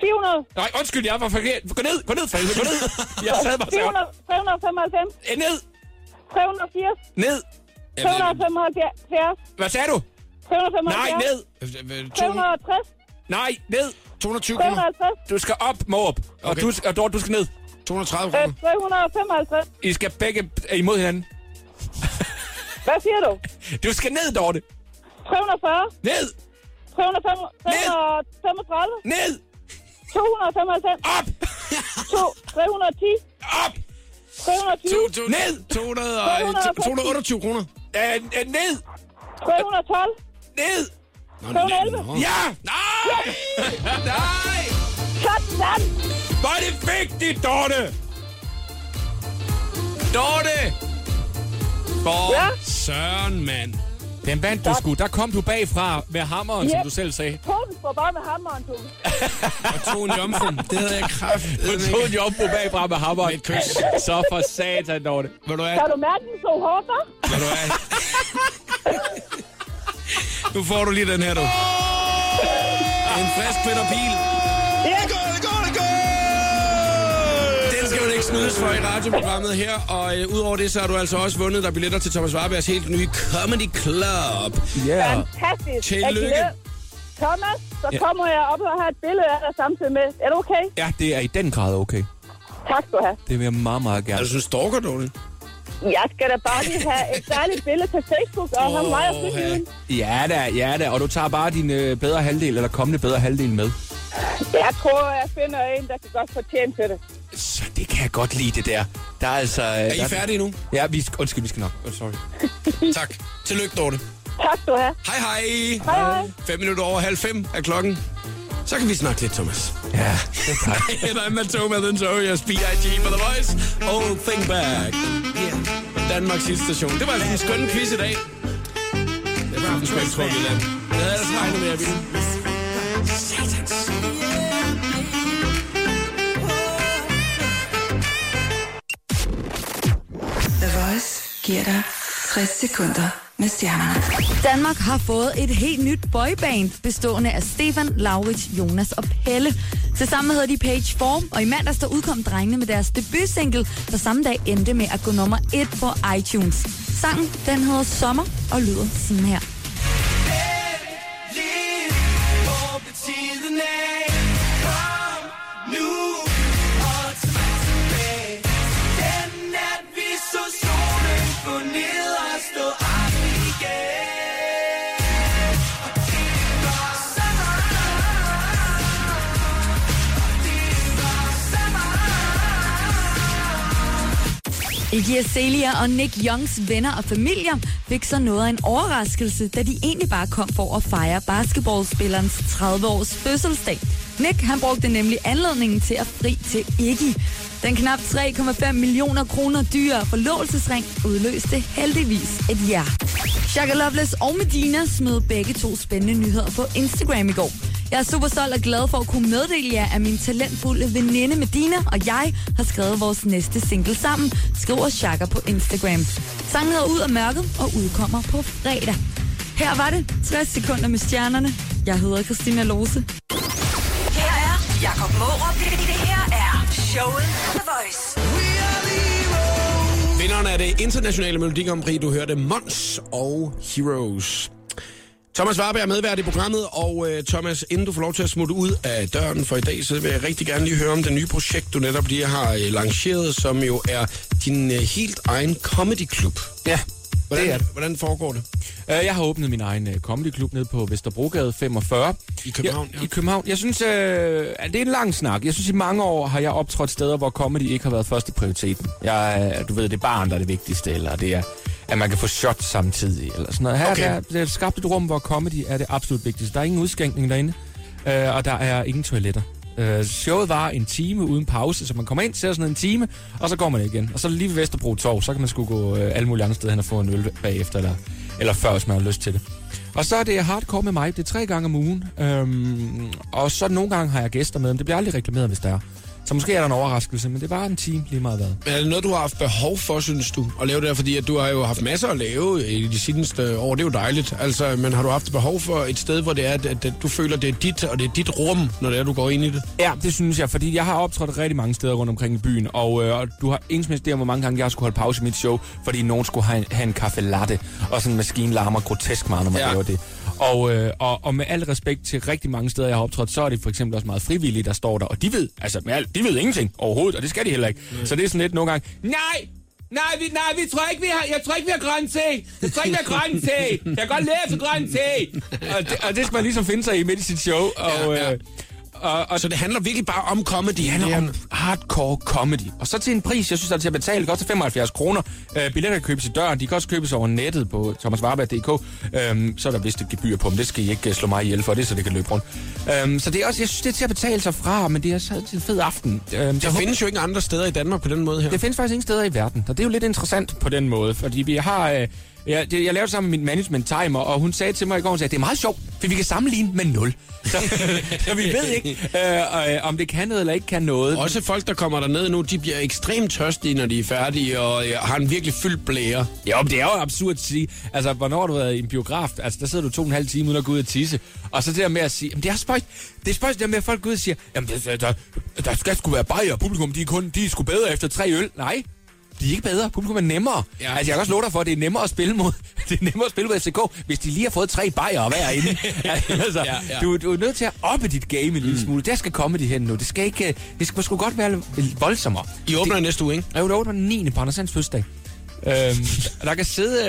Speaker 7: 400.
Speaker 2: Nej, undskyld, jeg var forkert. Gå ned, gå ned, False, gå ned. Jeg sad bare så
Speaker 7: 400, 395.
Speaker 2: Ned,
Speaker 7: 380.
Speaker 2: ned.
Speaker 7: 375.
Speaker 2: Hvad sagde du?
Speaker 7: 375.
Speaker 2: Nej, ned.
Speaker 1: Øh, to-
Speaker 7: 360.
Speaker 2: Nej, ned.
Speaker 1: 220 kroner.
Speaker 7: 350.
Speaker 2: Du skal op, Måb. Og,
Speaker 1: Okay.
Speaker 2: du, og Dorte, du skal ned.
Speaker 1: 230
Speaker 2: Mm.
Speaker 7: øh,
Speaker 1: kroner.
Speaker 7: 355.
Speaker 2: I skal begge er imod hinanden.
Speaker 7: Hvad siger du?
Speaker 2: Du skal ned, Dorte.
Speaker 7: 340.
Speaker 2: Ned,
Speaker 7: 335. 335.
Speaker 2: ned,
Speaker 7: 295.
Speaker 2: op,
Speaker 7: 2, 310.
Speaker 2: op,
Speaker 7: 320.
Speaker 1: To- to-
Speaker 2: Ned.
Speaker 1: 200 og, øh, to- 228 kroner.
Speaker 2: øh, øh, ned,
Speaker 7: 312.
Speaker 2: ned.
Speaker 1: Nå,
Speaker 7: 211.
Speaker 1: nå.
Speaker 2: Ja! Nej! <laughs> Nej!
Speaker 7: Sådan!
Speaker 2: Hvor er det vigtigt, Dorte! Dorte!
Speaker 1: For
Speaker 7: Ja.
Speaker 1: søren, mand.
Speaker 2: Den vandt du sgu. Der kom du bagfra med hammeren,
Speaker 7: som
Speaker 2: som
Speaker 7: Yep.
Speaker 2: du
Speaker 7: du
Speaker 2: selv sagde.
Speaker 7: Polen står bare med hammeren, du.
Speaker 1: Og to en jomfru. Det havde jeg kraft.
Speaker 2: Du tog en jombo bagfra med hammeren.
Speaker 1: Med et kys.
Speaker 2: Så for satan, Dorte.
Speaker 1: Ved du hvad?
Speaker 7: Kan du mærke den så hårdt, hva'?
Speaker 1: Ved du hvad? Nu får du lige den her, du. En frisk vinderpil.
Speaker 7: Ja.
Speaker 1: Den skal man ikke snydes for i radioprogrammet her. Og øh, udover det, så har du altså også vundet dig billetter til Thomas Warbergs helt nye Comedy Club.
Speaker 2: Yeah.
Speaker 7: Fantastisk.
Speaker 1: Tillykke.
Speaker 7: Jeg glæder- Thomas, så
Speaker 2: Ja.
Speaker 7: kommer jeg op og har et billede af dig samtidig med. Er du okay?
Speaker 2: Ja, det er i den grad okay.
Speaker 7: Tak skal du have.
Speaker 2: Det vil jeg meget, meget
Speaker 1: Er
Speaker 2: gerne.
Speaker 1: du sådan en stalker, Dorte?
Speaker 7: Jeg skal da bare lige have et dejligt billede til Facebook og have mig og
Speaker 1: Åh,
Speaker 7: friheden.
Speaker 2: Ja da, ja da. Og du tager bare din øh, bedre halvdel, eller kommende bedre halvdel med.
Speaker 7: Jeg tror, jeg finder en, der kan godt fortjene til det.
Speaker 2: Så det kan jeg godt lide, det der. Der er altså...
Speaker 1: Er I færdige nu?
Speaker 2: Ja, vi skal, undskyld, vi skal nok. Oh, sorry.
Speaker 1: Tak. Tillykke, Dorte.
Speaker 7: Tak skal du have.
Speaker 1: Hej, hej.
Speaker 7: Hej hej.
Speaker 1: 5 minutter over halv fem er klokken. Så kan vi snakke lidt, <laughs> Thomas.
Speaker 2: Ja, det er dejligt.
Speaker 1: And I'm at home, and then so yes, B.I.G. for the voice. All thing back. Yeah. Danmarks station. Det var altså en skøn quiz i dag. Det var en skøn, tror vi, land. Jeg havde ellers regnet med, at vi... Satans.
Speaker 5: The Voice giver dig 60 sekunder med stjernerne.
Speaker 4: Danmark har fået et helt nyt boyband, bestående af Stefan, Laurits, Jonas og Pelle. Tilsammen hedder de Page 4, og i mandags der udkom drengene med deres debutsingle, der samme dag endte med at gå nummer 1 på iTunes. Sangen, den hedder Sommer og lyder sådan her. Iggy Azalea og Nick Youngs venner og familier fik så noget af en overraskelse, da de egentlig bare kom for at fejre basketballspillerens 30-års fødselsdag. Nick han brugte nemlig anledningen til at fri til Iggy. Den knap 3,5 millioner kroner dyre forlovelsesring udløste heldigvis et ja. Shaka Loveless og Medina smed begge to spændende nyheder på Instagram i går. Jeg er super stolt og glad for at kunne meddele jer, at min talentfulde veninde Medina og jeg har skrevet vores næste single sammen, skriver Chaka på Instagram. Sangen hedder Ud af mørket og udkommer på fredag. Her var det 60 sekunder med stjernerne. Jeg hedder Christina Lose.
Speaker 3: Her er Jakob Mårup. Det, det her er showet på The Voice.
Speaker 1: Vinderen af det internationale Melodi Grand Prix, du hørte Mons og Heroes. Thomas Warberg er medvært i programmet, og øh, Thomas, inden du får lov til at smutte ud af døren for i dag, så vil jeg rigtig gerne lige høre om det nye projekt, du netop lige har øh, lanceret, som jo er din øh, helt egen comedy-klub.
Speaker 2: Ja,
Speaker 1: Hvordan,
Speaker 2: det er det.
Speaker 1: hvordan foregår det?
Speaker 2: <laughs> Øh, Jeg har åbnet min egen øh, comedyklub nede på Vesterbrogade 45.
Speaker 1: I København,
Speaker 2: jeg,
Speaker 1: ja.
Speaker 2: I København. Jeg synes, øh, at det er en lang snak. Jeg synes, i mange år har jeg optrådt steder, hvor comedy ikke har været første prioritet. Jeg, øh, du ved, det er barn, der er det vigtigste, eller det er, at man kan få shots samtidig, eller sådan noget. Her
Speaker 1: Okay.
Speaker 2: okay. der, der er skabt et rum, hvor comedy er det absolut vigtigste. Der er ingen udskænkning derinde, øh, og der er ingen toiletter. Øh, showet var en time uden pause, så man kommer ind, ser sådan en time, og så går man igen. Og så lige ved Vesterbro Torv, så kan man sgu gå øh, alle mulige andre steder hen og få en øl bagefter, eller, eller før, hvis man har lyst til det. Og så er det hardcore med mig, det er tre gange om ugen. Øhm, og så nogle gange har jeg gæster med, men det bliver aldrig reklameret, hvis der er. Så måske er der en overraskelse, men det var en time lige meget hvad.
Speaker 1: Men er det noget, du har haft behov for, synes du, at lave det her? Fordi at du har jo haft masser at lave øh, i de seneste år, det er jo dejligt. Altså, men har du haft behov for et sted, hvor det er, at, at at du føler, det er dit, og det er dit rum, når det er, du går ind i det?
Speaker 2: Ja, det synes jeg, fordi jeg har optrådt rigtig mange steder rundt omkring i byen, og, øh, og du har ingen som helst idé om, hvor mange gange jeg skulle holde pause i mit show, fordi nogen skulle have en, have en kaffe latte, og sådan en maskine larmer grotesk meget, når man
Speaker 1: Ja.
Speaker 2: ja. laver det. Og, øh, og, og med al respekt til rigtig mange steder, jeg har optrådt, så er det for eksempel også meget frivillige, der står der, og de ved, altså med alt, de ved ingenting overhovedet, og det skal de heller ikke. Så det er sådan lidt nogle gange, nej, Nej, vi, nej, vi tror ikke, vi har, jeg tror ikke, vi har grøn te. Jeg tror ikke, vi har grøn te. Jeg kan godt læse grøn te. Og det, og det skal man ligesom finde sig i midt i sit show. Og,
Speaker 1: Ja, ja.
Speaker 2: øh, og, og
Speaker 1: Så det handler virkelig bare om comedy. Det
Speaker 2: handler
Speaker 1: er-
Speaker 2: om hardcore comedy. Og så til en pris, jeg synes, der er til at betale. Det koster 75 kroner. Øh, billetter kan købes i døren. De kan også købes over nettet på thomasvarberg.dk. Øhm, så er der vist et gebyr på dem. Det skal I ikke øh, slå mig ihjel for. Det er så det kan løbe rundt. Øhm, så det er også, jeg synes, det er til at betale sig fra, men det er så en fed aften. Øhm,
Speaker 1: Der findes jo ikke andre steder i Danmark på den måde her.
Speaker 2: det findes faktisk ingen steder i verden, og det er jo lidt interessant på den måde, fordi vi har... Øh, jeg, det, jeg lavede sammen med min management timer, og hun sagde til mig i går, hun sagde, det er meget sjovt, for vi kan sammenligne med nul. Så, <laughs> så vi ved ikke, øh, øh, om det kan noget eller ikke kan noget.
Speaker 1: Også folk, der kommer derned nu, de bliver ekstremt tørstige, når de er færdige, og øh, har en virkelig fyldt blære.
Speaker 2: Jo, men det er jo absurd at sige. Altså, hvornår har du været i en biograf? Altså, der sidder du to og en halv time uden at gå ud og tisse. Og så det der med at sige, jamen, det er spøjst, det er spøjst det der med, at folk går ud og siger, jamen, der, der, der skal sgu være bajer, publikum, de er kun, de er sgu bedre efter tre øl. Nej, de er ikke bedre. Publikum er nemmere.
Speaker 1: Ja.
Speaker 2: Ja. Altså, jeg kan også love dig for, at det er nemmere at spille mod, <laughs> det er nemmere at spille mod FCK, hvis de lige har fået tre bajer hver inde. altså,
Speaker 1: <laughs> Ja,
Speaker 2: ja,
Speaker 1: ja. Mm.
Speaker 2: ja. Du, du, er nødt til at oppe dit game en lille smule. Der skal komme de hen nu. Det skal ikke, øh, det skal sgu godt være lidt voldsommere.
Speaker 1: I åbner det... næste uge, ikke?
Speaker 2: Jo, det åbner den 9. på Anders Sands fødselsdag. Øhm, og der kan sidde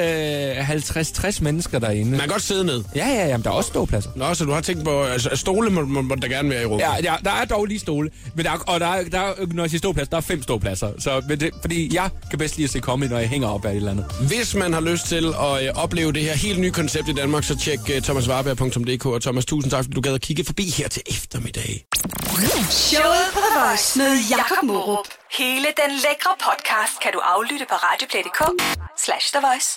Speaker 2: øh, 50-60 mennesker derinde.
Speaker 1: Man kan godt sidde ned.
Speaker 2: Ja, ja, ja, men der er også ståpladser.
Speaker 1: Nå, så du har tænkt på, altså stole må, må, må der gerne være i rummet.
Speaker 2: Ja, ja, der er dog lige stole, men der er, og der er, der er, når jeg siger ståpladser, der er fem ståpladser. Så, men det, fordi jeg kan bedst lide at se comedy, når jeg hænger op af et eller andet.
Speaker 1: Hvis man har lyst til at øh, opleve det her helt nye koncept i Danmark, så tjek øh, thomasvarberg.dk. Og Thomas, tusind tak, fordi du gad at kigge forbi her til eftermiddag.
Speaker 3: Showet på The Voice med Jakob Morup. Hele den lækre podcast kan du aflytte på radioplay.dk slash The Voice.